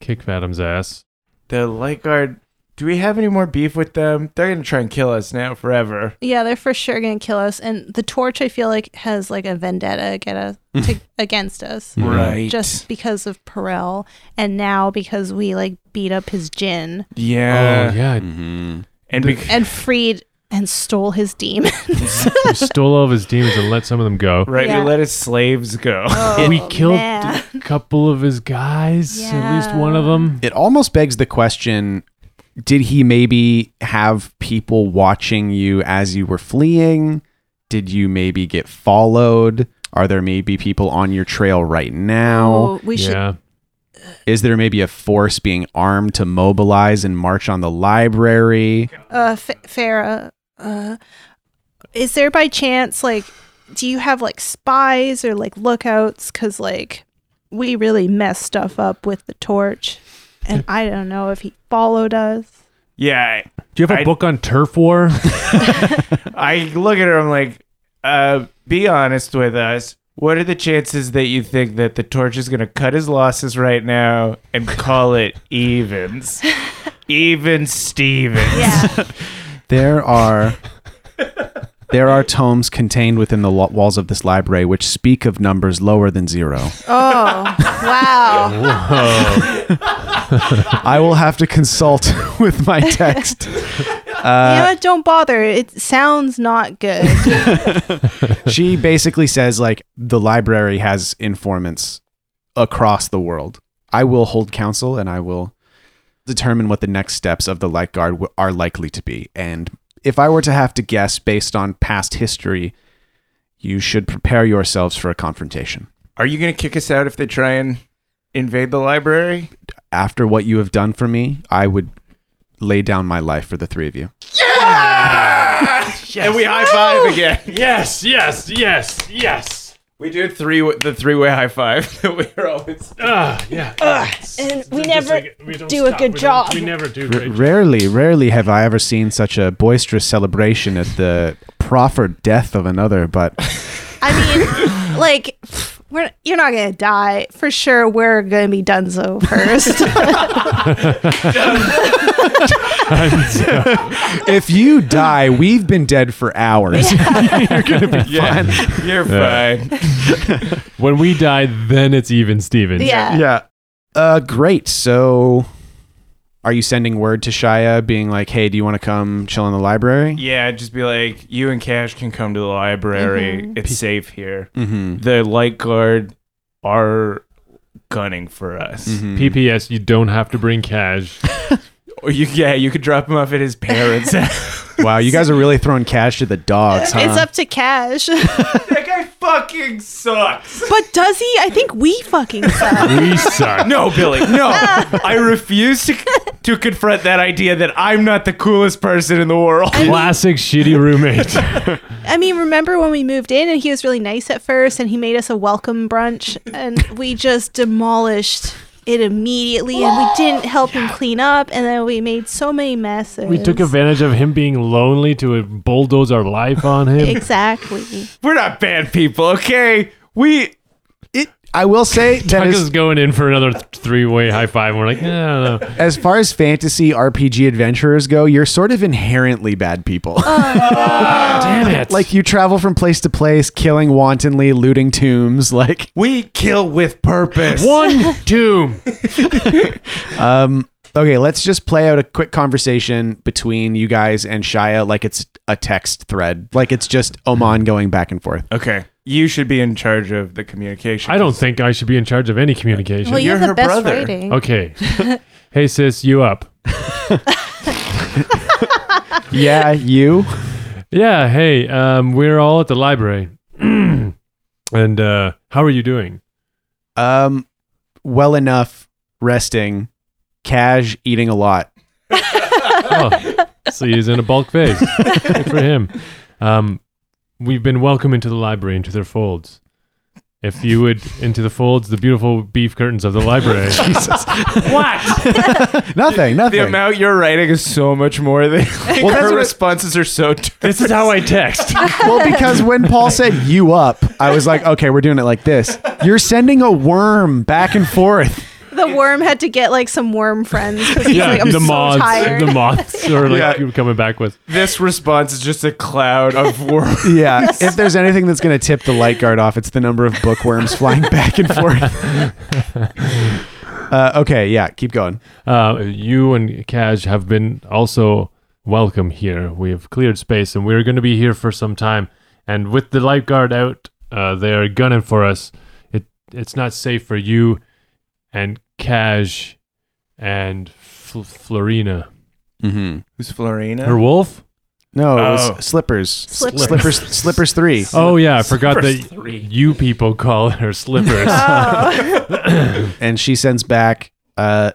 Speaker 3: Kick Fatim's ass.
Speaker 4: The light guard, do we have any more beef with them? They're going to try and kill us now forever.
Speaker 5: Yeah, they're for sure gonna kill us. And the torch, I feel like, has like a vendetta get us to, against us,
Speaker 4: Right.
Speaker 5: just because of Perel, and now because we like beat up his gin
Speaker 4: Yeah.
Speaker 3: oh yeah,
Speaker 4: And bec-
Speaker 5: and freed and stole his demons.
Speaker 3: we stole all of his demons and let some of them go.
Speaker 4: right,
Speaker 5: Yeah.
Speaker 4: we let his slaves go. (laughs)
Speaker 5: (laughs)
Speaker 3: we killed
Speaker 5: Oh, man.
Speaker 3: a couple of his guys, at least one of them.
Speaker 2: It almost begs the question: Did he maybe have people watching you as you were fleeing? Did you maybe get followed? Are there maybe people on your trail right now?
Speaker 5: Oh, we should
Speaker 3: yeah.
Speaker 2: Is there maybe a force being armed to mobilize and march on the library?
Speaker 5: uh F- Farah, uh is there by chance like do you have like spies or like lookouts cuz like we really messed stuff up with the torch and I don't know if he followed us.
Speaker 4: yeah. I-
Speaker 3: Do you have a
Speaker 4: I-
Speaker 3: book on turf (laughs) war?
Speaker 4: I look at her. I'm like, uh, be honest with us. What are the chances that you think that the torch is going to cut his losses right now and call it
Speaker 5: (laughs)
Speaker 4: evens? Even Stevens.
Speaker 5: Yeah.
Speaker 2: There are there are tomes contained within the lo- walls of this library which speak of numbers lower than zero.
Speaker 3: (laughs)
Speaker 5: oh, wow.
Speaker 3: Ah,
Speaker 2: I will have to consult (laughs) with my text.
Speaker 3: Uh,
Speaker 5: you know what? Don't bother. It sounds
Speaker 3: (laughs)
Speaker 5: not good.
Speaker 2: (laughs) she basically says like the library has informants across the world. I will hold counsel and I will determine what the next steps of the light guard w- are likely to be. And if I were to have to guess based on past history, you should prepare yourselves for a confrontation.
Speaker 4: Are you going to kick us out if they try and invade the library?
Speaker 2: After what you have done for me, I would lay down my life for the three of you.
Speaker 4: And we high five (laughs) again.
Speaker 3: yes, yes, yes, yes.
Speaker 4: We do three the three way high (laughs) five that we're always.
Speaker 3: Ah, yeah.
Speaker 5: and we never do a good job.
Speaker 3: We never do
Speaker 2: R- rarely, rarely have I ever seen such a boisterous celebration at the proffered death of another, but
Speaker 5: I
Speaker 3: (laughs)
Speaker 5: mean, like we're, you're not going to die. For sure we're going to
Speaker 3: (laughs)
Speaker 5: be donezo first. (laughs)
Speaker 2: if you die, we've been dead for hours.
Speaker 3: (laughs)
Speaker 4: Yeah, you're fine.
Speaker 3: When we die, then it's even Stevens.
Speaker 5: yeah.
Speaker 2: yeah. Uh, great. So, are you sending word to Shia, being like, "Hey, do you want to come chill in the library?"
Speaker 4: Yeah, just be like, you and Cash can come to the library. It's safe here.
Speaker 2: Mm-hmm.
Speaker 4: the light guard are gunning for us.
Speaker 3: Mm-hmm.
Speaker 2: Mm-hmm.
Speaker 3: PPS, you don't have to bring cash.
Speaker 4: Or you, yeah, you could drop him off at his (laughs) parents. that
Speaker 2: Wow, you guys are really throwing cash to the dogs, huh?
Speaker 5: It's up to cash.
Speaker 3: Uh-huh.
Speaker 4: guy fucking sucks.
Speaker 5: But does he? I think we fucking suck.
Speaker 3: we
Speaker 5: (laughs)
Speaker 3: suck.
Speaker 4: No, Billy, (laughs) no. I refuse to to confront that idea that I'm not the coolest person in the (laughs) world.
Speaker 3: Classic shitty roommate.
Speaker 5: I mean, remember when we moved in and he was really nice at first and he made us a welcome brunch and we just demolished it immediately and we didn't help him clean up and then we made so many messes.
Speaker 3: we took advantage of him being lonely to bulldoze our life on him.
Speaker 5: Exactly.
Speaker 4: We're not bad people, okay? We
Speaker 2: It I will say that
Speaker 3: Tucker's
Speaker 2: as,
Speaker 3: going in for another three way high five. And we're like, no, no,
Speaker 2: as far as fantasy RPG adventurers go, you're sort of inherently bad people.
Speaker 3: damn
Speaker 2: (laughs)
Speaker 3: it.
Speaker 2: like you travel from place to place, killing wantonly, looting tombs. Like,
Speaker 4: We kill with purpose.
Speaker 3: one, two.
Speaker 2: (laughs) Um, okay, let's just play out a quick conversation between you guys and Shia, like it's a text thread, like it's just Oman going back and forth.
Speaker 4: Okay. You should be in charge of the communication.
Speaker 3: I don't think I should be in charge of any communication.
Speaker 5: Well, you
Speaker 4: you're
Speaker 5: have the best
Speaker 4: her brother.
Speaker 5: rating.
Speaker 3: okay. (laughs) hey, sis, you up?
Speaker 2: (laughs) Yeah, you.
Speaker 3: Yeah. Hey, um, we're all at the library. (clears throat) and uh, how are you doing?
Speaker 2: Um, well enough resting, cash eating a lot. (laughs)
Speaker 3: oh, so he's in a bulk phase. Good for him. Um, we've been welcome into the library, into their folds. If you would, into the folds, the beautiful beef curtains of the library.
Speaker 2: Jesus. what? (laughs) nothing.
Speaker 4: The
Speaker 2: Nothing.
Speaker 4: amount you're writing is so much more than like,
Speaker 2: Well, (laughs) that's
Speaker 4: her
Speaker 2: what-
Speaker 4: responses are so. T-
Speaker 3: this is how I text.
Speaker 2: well, because when Paul said you up, I was like, okay, we're doing it like this. You're sending a worm back and forth.
Speaker 5: The worm had to get like some worm friends because
Speaker 3: (laughs)
Speaker 5: he's
Speaker 3: yeah,
Speaker 5: like, I'm
Speaker 3: the
Speaker 5: so
Speaker 3: moths,
Speaker 5: tired.
Speaker 3: the
Speaker 5: (laughs)
Speaker 3: moths, or like
Speaker 4: Yeah.
Speaker 3: you were coming back with.
Speaker 4: this response is just a
Speaker 3: (laughs)
Speaker 4: cloud of words.
Speaker 2: Yeah. If there's anything that's going to tip the light guard off, it's the number of bookworms flying back and forth. Uh, okay. Yeah. Keep going.
Speaker 3: Uh, you and Kaj have been also welcome here. We have cleared space, and we're going to be here for some time. And with the lifeguard out, uh, they are gunning for us. It it's not safe for you and Kaj and F- Florina.
Speaker 2: Mm-hmm.
Speaker 4: Who's Florina?
Speaker 3: Her wolf?
Speaker 2: No, it was
Speaker 4: Oh.
Speaker 2: slippers.
Speaker 5: Slippers.
Speaker 2: Slippers. Slippers three.
Speaker 3: Oh yeah, I forgot that you people call her
Speaker 5: (laughs)
Speaker 3: slippers.
Speaker 5: Oh.
Speaker 2: and she sends back uh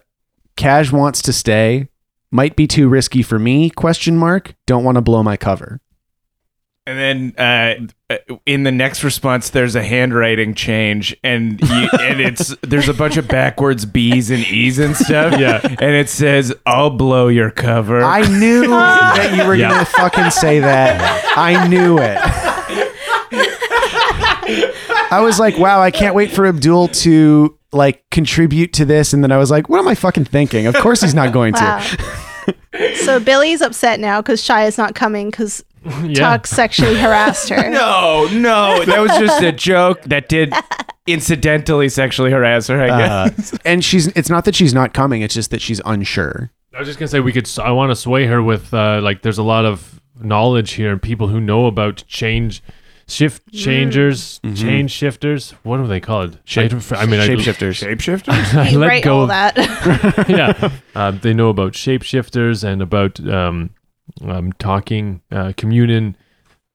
Speaker 2: cash wants to stay might be too risky for me question mark don't want to blow my cover
Speaker 4: And then uh, uh, in the next response, there's a handwriting change, and
Speaker 3: (laughs)
Speaker 4: you, and it's there's a bunch of backwards B's and E's and stuff.
Speaker 3: Yeah.
Speaker 4: and it says, "I'll blow your cover."
Speaker 2: i (laughs) knew that you were
Speaker 3: Yeah.
Speaker 2: gonna fucking say that i knew it i was like wow i can't wait for abdul to like contribute to this and then i was like what am i fucking thinking of course he's not going
Speaker 5: wow.
Speaker 2: to
Speaker 5: so Billy's upset now because Shia's not coming because
Speaker 3: yeah.
Speaker 5: Tuck sexually harassed her.
Speaker 4: (laughs) no, no, that was just a joke that
Speaker 2: (laughs)
Speaker 4: did incidentally sexually harass her. I
Speaker 3: (laughs)
Speaker 4: guess.
Speaker 2: Uh, and she's it's not that she's not coming it's just that she's unsure
Speaker 3: I was just gonna say we could. s- I want to sway her with uh, like. There's a lot of knowledge here and people who know about change, shift changers, change shifters. What do they called? Shape. I, I mean,
Speaker 2: shapeshifters
Speaker 4: Shapeshifter.
Speaker 3: I, I
Speaker 5: You
Speaker 3: let
Speaker 5: write
Speaker 3: go.
Speaker 5: all
Speaker 3: of-
Speaker 5: that.
Speaker 3: yeah, uh, they know about shapeshifters and about um, um, talking uh, communion.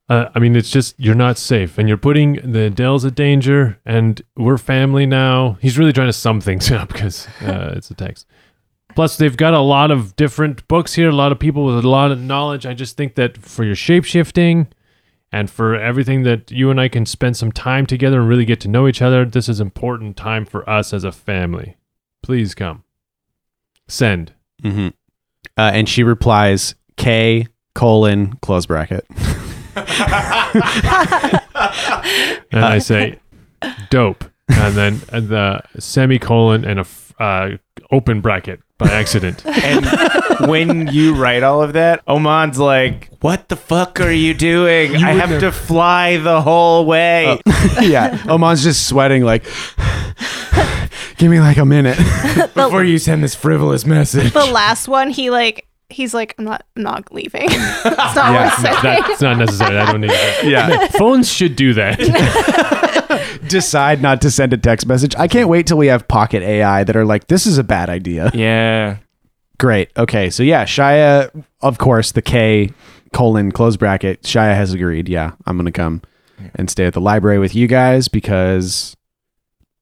Speaker 3: Uh, I mean, it's just you're not safe, and you're putting the Dells at danger. And we're family now. He's really trying to sum things (laughs) up because uh, it's a text. Plus, they've got a lot of different books here. A lot of people with a lot of knowledge. I just think that for your shapeshifting, and for everything that you and I can spend some time together and really get to know each other, this is important time for us as a family. Please come. Send.
Speaker 2: Mm-hmm. Uh, and she replies, K colon close bracket.
Speaker 3: And I say, dope. And then the semicolon and a f- uh, open bracket by accident.
Speaker 4: And when you write all of that, Oman's like, "What the fuck are you doing? I have to fly the whole way."
Speaker 2: (laughs) yeah, Oman's just sweating. Like, (sighs) give me like a minute.
Speaker 4: before you send this frivolous message.
Speaker 5: the last one, he like he's like I'm not I'm not leaving. (laughs) That's not
Speaker 2: Yeah,
Speaker 5: what I said.
Speaker 3: That's not necessary. I don't need that.
Speaker 2: (laughs) Yeah,
Speaker 3: Phones should do that.
Speaker 2: decide not to send a text message. I can't wait till we have pocket AI that are like, this is a bad idea.
Speaker 4: yeah.
Speaker 2: Great. Okay, so yeah, Shia, of course, the K colon close bracket. Shia has agreed. Yeah, I'm gonna come and stay at the library with you guys because.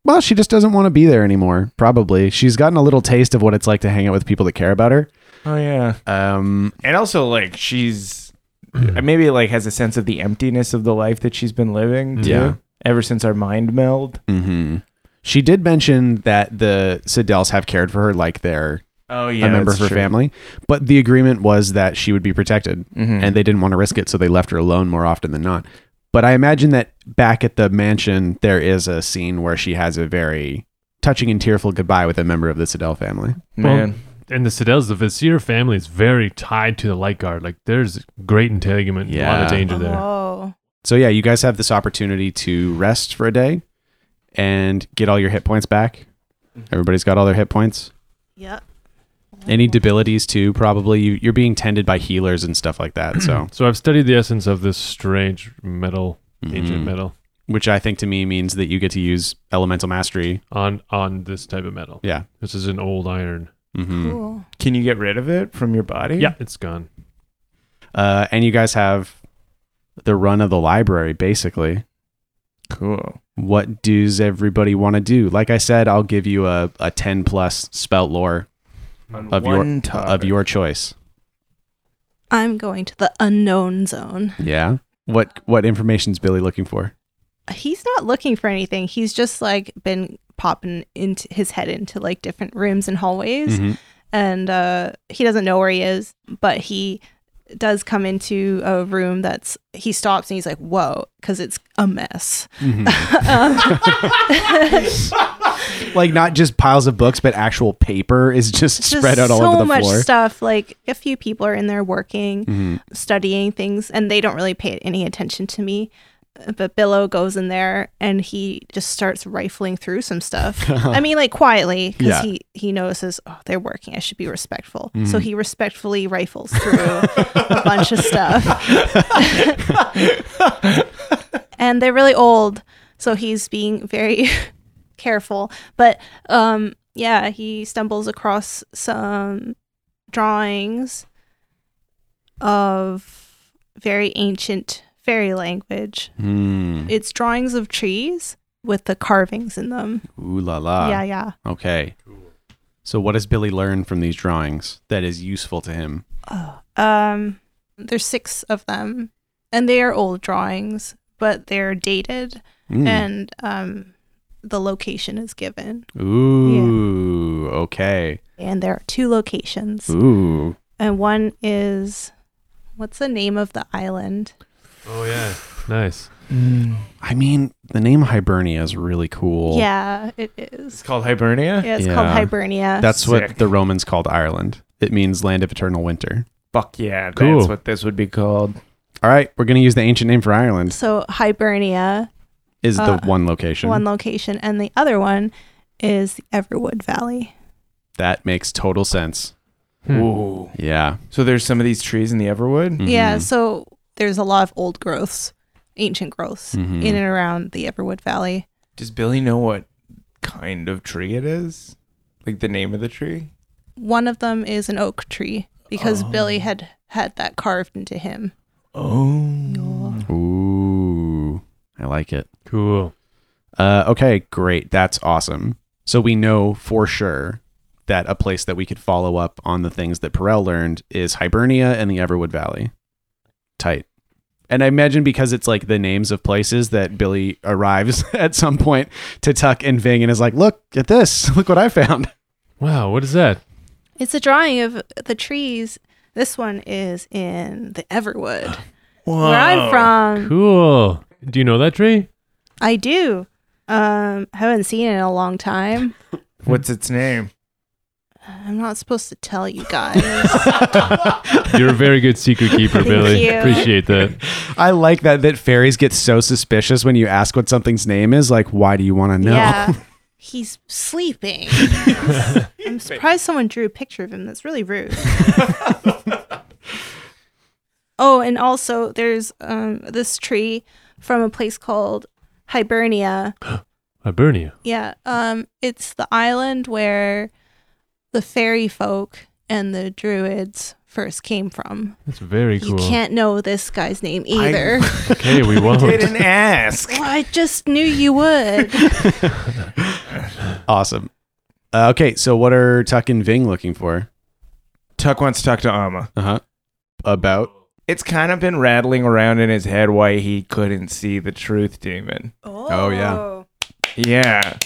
Speaker 2: Well, she just doesn't want to be there anymore, probably. She's gotten a little taste of what it's like to hang out with people that care about her.
Speaker 4: Oh yeah.
Speaker 2: Um,
Speaker 4: And also like she's maybe like has a sense of the emptiness of the life that she's been living
Speaker 2: Mm-hmm.
Speaker 4: too.
Speaker 2: Yeah.
Speaker 4: Ever since our mind meld.
Speaker 2: Mm-hmm. She did mention that the Siddells have cared for her like they're
Speaker 4: Oh
Speaker 2: a member of her family, but the agreement was that she would be protected,
Speaker 4: Mhm.
Speaker 2: and they didn't want to risk it, so they left her alone more often than not. But I imagine that back at the mansion, there is a scene where she has a very touching and tearful goodbye with a member of the Siddell family.
Speaker 4: man.
Speaker 3: and the Siddels, the Vizier family is very tied to the Light Guard. Like there's great entanglement, a lot
Speaker 2: Yeah.
Speaker 3: of danger there.
Speaker 5: Oh.
Speaker 2: So yeah, you guys have this opportunity to rest for a day and get all your hit points back. Everybody's got all their hit points.
Speaker 5: Yep.
Speaker 2: Any debilities too, probably. You, you're being tended by healers and stuff like that.
Speaker 3: (clears throat)
Speaker 2: So,
Speaker 3: So I've studied the essence of this strange metal, ancient
Speaker 2: Mhm.
Speaker 3: metal,
Speaker 2: which I think to me means that you get to use elemental mastery.
Speaker 3: on on this type of metal.
Speaker 2: Yeah.
Speaker 3: This is an old iron.
Speaker 2: Mm-hmm.
Speaker 5: Cool.
Speaker 4: Can you get rid of it from your body?
Speaker 3: Yeah, it's gone.
Speaker 2: Uh, and you guys have the run of the library, basically.
Speaker 4: Cool.
Speaker 2: What does everybody want to do? Like I said, I'll give you a, a 10 plus spelt lore of your of your choice.
Speaker 5: I'm going to the unknown zone.
Speaker 2: Yeah. What what information's Billy looking for?
Speaker 5: He's not looking for anything. He's just like been popping into his head into like different rooms and hallways.
Speaker 2: Mhm.
Speaker 5: and uh, he doesn't know where he is, but he does come into a room that's he stops and he's like, "Whoa," because it's a mess. (laughs) Um,
Speaker 2: (laughs) Like not just piles of books, but actual paper is just,
Speaker 5: It's
Speaker 2: spread out all
Speaker 5: so
Speaker 2: over the
Speaker 5: much
Speaker 2: floor.
Speaker 5: stuff. Like a few people are in there working, studying things, and they don't really pay any attention to me. Uh, But Billow goes in there and he just starts rifling through some stuff. I mean, like quietly, because
Speaker 2: Yeah.
Speaker 5: he he notices oh they're working. I should be respectful. So he respectfully rifles through a bunch of stuff. (laughs) and they're really old, so he's being very (laughs) careful. But um, yeah, he stumbles across some drawings of very ancient fairy language.
Speaker 2: Mm.
Speaker 5: It's drawings of trees with the carvings in them.
Speaker 2: Ooh la la.
Speaker 5: yeah, yeah.
Speaker 2: Okay. So what does Billy learn from these drawings that is useful to him?
Speaker 5: Um, there's six of them, and they are old drawings, but they're dated,
Speaker 2: Mm.
Speaker 5: and um, the location is given,
Speaker 2: Ooh. Okay.
Speaker 5: and there are two locations,
Speaker 2: Ooh.
Speaker 5: and one is. What's the name of the island?
Speaker 3: Oh yeah, nice.
Speaker 4: Mm.
Speaker 2: I mean, the name Hibernia is really cool.
Speaker 5: Yeah, it is.
Speaker 2: (laughs)
Speaker 4: It's called Hibernia.
Speaker 5: Yeah, it's called
Speaker 2: Yeah.
Speaker 5: Hibernia.
Speaker 2: That's what
Speaker 4: Sick.
Speaker 2: the Romans called Ireland. It means land of eternal winter.
Speaker 4: Fuck yeah.
Speaker 3: Cool.
Speaker 4: That's what this would be called.
Speaker 2: All right, we're going to use the ancient name for Ireland
Speaker 5: so Hibernia,
Speaker 2: is
Speaker 5: Uh,
Speaker 2: the one location.
Speaker 5: one location, and the other one is the Everwood Valley.
Speaker 2: that makes total sense.
Speaker 3: Hmm.
Speaker 4: Ooh.
Speaker 2: Yeah.
Speaker 4: So there's some of these trees in the Everwood.
Speaker 5: Yeah,
Speaker 2: Mhm.
Speaker 5: so there's a lot of old growths, ancient growths
Speaker 2: Mhm.
Speaker 5: in and around the Everwood Valley.
Speaker 4: Does Billy know what kind of tree it is? Like the name of the tree?
Speaker 5: One of them is an oak tree because
Speaker 2: Oh.
Speaker 5: Billy had had that carved into him.
Speaker 4: Oh.
Speaker 2: Mm. Mm-hmm. Ooh, I like it.
Speaker 3: Cool.
Speaker 2: Uh, okay, great. That's awesome. So we know for sure that a place that we could follow up on the things that Perel learned is Hibernia and the Everwood Valley. Tight. And I imagine because it's like the names of places that Billy arrives (laughs) at some point to Tuck and Ving and is like, look at this. (laughs) Look what I found.
Speaker 3: Wow, what is that?
Speaker 5: It's a drawing of the trees. This one is in the Everwood, where I'm from.
Speaker 3: Cool. Do you know that tree?
Speaker 5: I do. Um, haven't seen it in a long time.
Speaker 4: What's its name?
Speaker 5: I'm not supposed to tell you guys.
Speaker 2: (laughs)
Speaker 3: You're a very good
Speaker 5: (laughs)
Speaker 3: secret keeper,
Speaker 5: Thank
Speaker 3: Billy.
Speaker 5: you.
Speaker 3: Appreciate that.
Speaker 2: I like that that fairies get so suspicious when you ask what something's name is. Like, why do you want to know?
Speaker 5: Yeah. He's sleeping. I'm surprised someone drew a picture of him. That's really rude. oh, and also there's um, this tree from a place called Hibernia.
Speaker 3: Hibernia.
Speaker 5: Yeah. Um, it's the island where the fairy folk and the druids first came from.
Speaker 3: That's very
Speaker 5: You
Speaker 3: cool.
Speaker 5: can't know this guy's name either.
Speaker 3: Okay,
Speaker 4: (laughs)
Speaker 3: we won't.
Speaker 4: Didn't
Speaker 5: (laughs)
Speaker 4: ask.
Speaker 5: well, I just knew
Speaker 3: (laughs)
Speaker 5: you would.
Speaker 2: (laughs) Awesome. Uh, okay, so what are Tuck and Ving looking for?
Speaker 4: Tuck wants to talk to Amma.
Speaker 2: Uh huh. About
Speaker 4: It's kind of been rattling around in his head why he couldn't see the truth demon.
Speaker 2: Oh, yeah.
Speaker 4: Yeah.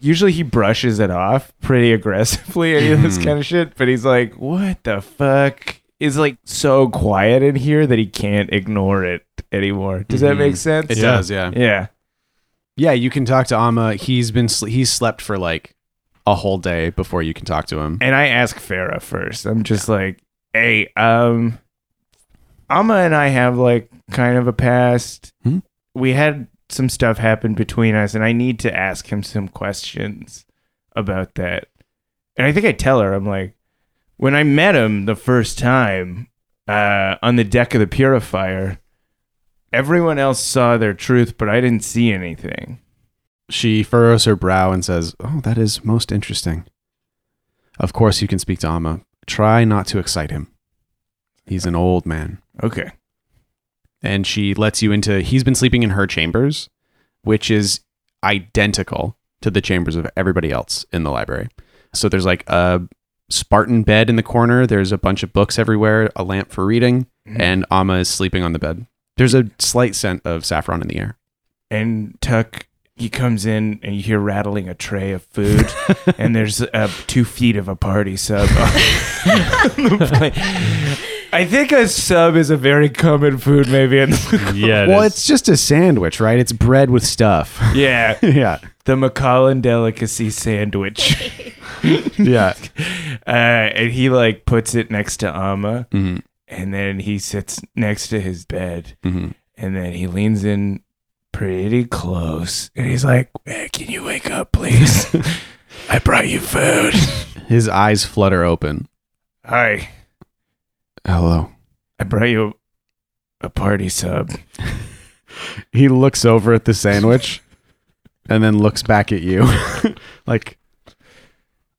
Speaker 4: Usually he brushes it off pretty aggressively, any of this
Speaker 2: Mhm.
Speaker 4: kind of shit, but he's like, what the fuck? Is like so quiet in here that he can't ignore it. anymore. Does that make sense?
Speaker 2: It
Speaker 3: Yeah.
Speaker 2: does, yeah.
Speaker 4: Yeah.
Speaker 2: Yeah, you can talk to Amma. He's been sl- he's slept for like a whole day before you can talk to him.
Speaker 4: And I ask Farah first. I'm just like, hey, um, Amma and I have like kind of a past.
Speaker 2: Hmm?
Speaker 4: We had some stuff happen between us, and I need to ask him some questions about that. And I think I tell her, I'm like, when I met him the first time uh, on the deck of the Purifier, everyone else saw their truth, but I didn't see anything.
Speaker 2: She furrows her brow and says, "Oh, that is most interesting." Of course, you can speak to Amma. Try not to excite him. He's an old man.
Speaker 4: Okay.
Speaker 2: and she lets you into he's been sleeping in her chambers which is identical to the chambers of everybody else in the library so there's like a spartan bed in the corner there's a bunch of books everywhere a lamp for reading and amma is sleeping on the bed there's a slight scent of saffron in the air
Speaker 4: and Tuck he comes in and you hear rattling a tray of food and there's uh, two feet of a party sub. on the plate. I think a sub is a very common food, maybe.
Speaker 3: (laughs)
Speaker 4: In the-
Speaker 3: Yeah. it
Speaker 2: well
Speaker 3: is.
Speaker 2: it's just a sandwich right it's bread with stuff
Speaker 4: yeah,
Speaker 2: (laughs) yeah
Speaker 4: the McCollin delicacy sandwich,
Speaker 2: (laughs) yeah
Speaker 4: uh, and he like puts it next to Amma,
Speaker 2: hmm
Speaker 4: and then he sits next to his bed,
Speaker 2: hmm
Speaker 4: and then he leans in pretty close, and he's like, "Eh, "Can you wake up, please? I brought you food."
Speaker 2: his eyes flutter open
Speaker 4: Hi.
Speaker 2: hello
Speaker 4: I brought you a party sub.
Speaker 2: he looks over at the (laughs) sandwich and then looks back at you (laughs) like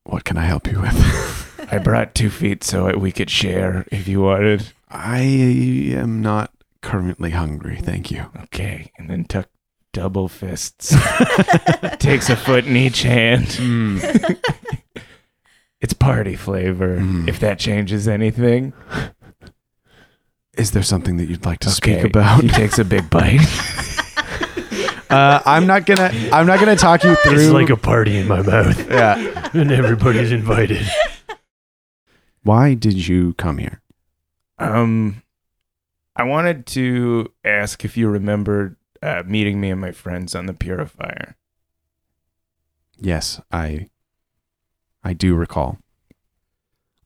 Speaker 2: what can i help you with
Speaker 5: (laughs)
Speaker 2: (laughs)
Speaker 4: I brought two feet so we could share if you wanted.
Speaker 2: i am not currently hungry thank you
Speaker 4: Okay. And then tuck double fists. Takes a foot in each hand.
Speaker 2: Hmm.
Speaker 4: It's party flavor,
Speaker 2: Mm.
Speaker 4: if that changes anything.
Speaker 2: is there something that you'd like to
Speaker 4: Okay. He takes
Speaker 5: (laughs)
Speaker 4: a big bite.
Speaker 2: uh, i'm not gonna i'm not gonna talk you through
Speaker 3: It's like a party in my mouth,
Speaker 2: yeah.
Speaker 3: and everybody's invited.
Speaker 2: (laughs) why did you come here
Speaker 4: Um, I wanted to ask if you remembered uh, meeting me and my friends on the purifier.
Speaker 2: yes i i do recall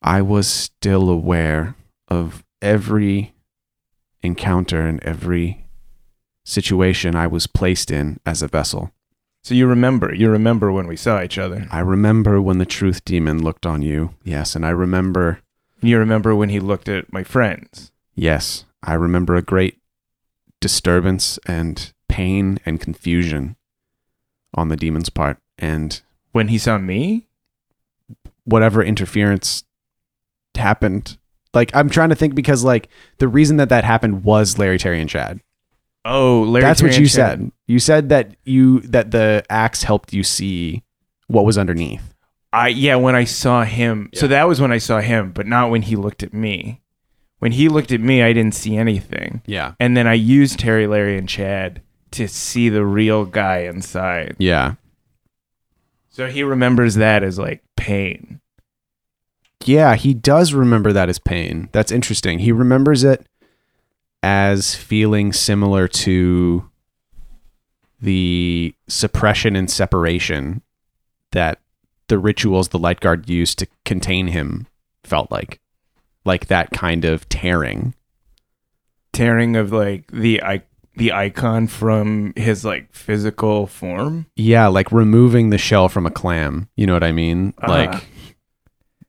Speaker 2: i was still aware of every encounter and every situation i was placed in as a vessel
Speaker 4: So you remember. You remember when we saw each other.
Speaker 2: I remember when the truth demon looked on you. Yes, and I remember.
Speaker 4: You remember when he looked at my friends.
Speaker 2: Yes, I remember a great disturbance and pain and confusion on the demon's part and
Speaker 4: When he saw me?
Speaker 2: whatever interference happened. Like I'm trying to think because like the reason that that happened was Larry Terry and Chad.
Speaker 4: Oh, Larry.
Speaker 2: That's what you
Speaker 4: Tarantino.
Speaker 2: said. You said that you that the axe helped you see what was underneath.
Speaker 4: I yeah, when I saw him. So that was when I saw him, but not when he looked at me. When he looked at me, I didn't see anything.
Speaker 2: Yeah.
Speaker 4: And then I used Terry, Larry, and Chad to see the real guy inside.
Speaker 2: Yeah.
Speaker 4: So he remembers that as like pain.
Speaker 2: Yeah, he does remember that as pain. That's interesting. He remembers it as feeling similar to the suppression and separation that the rituals the light guard used to contain him felt like. Like that kind of tearing.
Speaker 4: Tearing of like the I- the icon from his like physical form.
Speaker 2: Yeah, like removing the shell from a clam. You know what I mean?
Speaker 4: Uh-huh.
Speaker 2: Like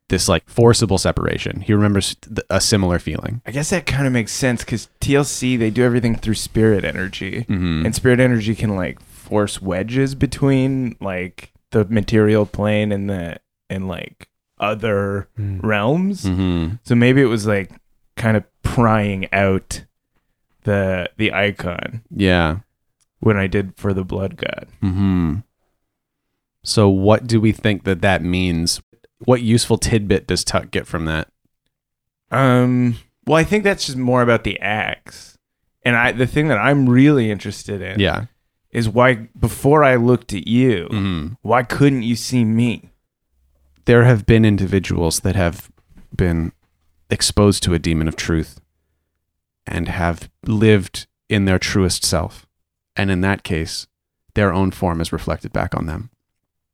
Speaker 2: this like forcible separation. He remembers th- a similar feeling.
Speaker 4: I guess that kind of makes sense because TLC they do everything through spirit energy.
Speaker 2: Mhm.
Speaker 4: and spirit energy can like force wedges between like the material plane and the and like other realms
Speaker 2: Mhm.
Speaker 4: so maybe it was like kind of prying out the the icon
Speaker 2: Yeah.
Speaker 4: when i did for the blood god
Speaker 2: Hmm. So, what do we think that that means? What useful tidbit does Tuck get from that?
Speaker 4: um well i think that's just more about the axe and i the thing that i'm really interested in
Speaker 2: Yeah.
Speaker 4: is why before i looked at you
Speaker 2: hmm
Speaker 4: why couldn't you see me
Speaker 2: There have been individuals that have been exposed to a demon of truth and have lived in their truest self. And in that case, their own form is reflected back on them.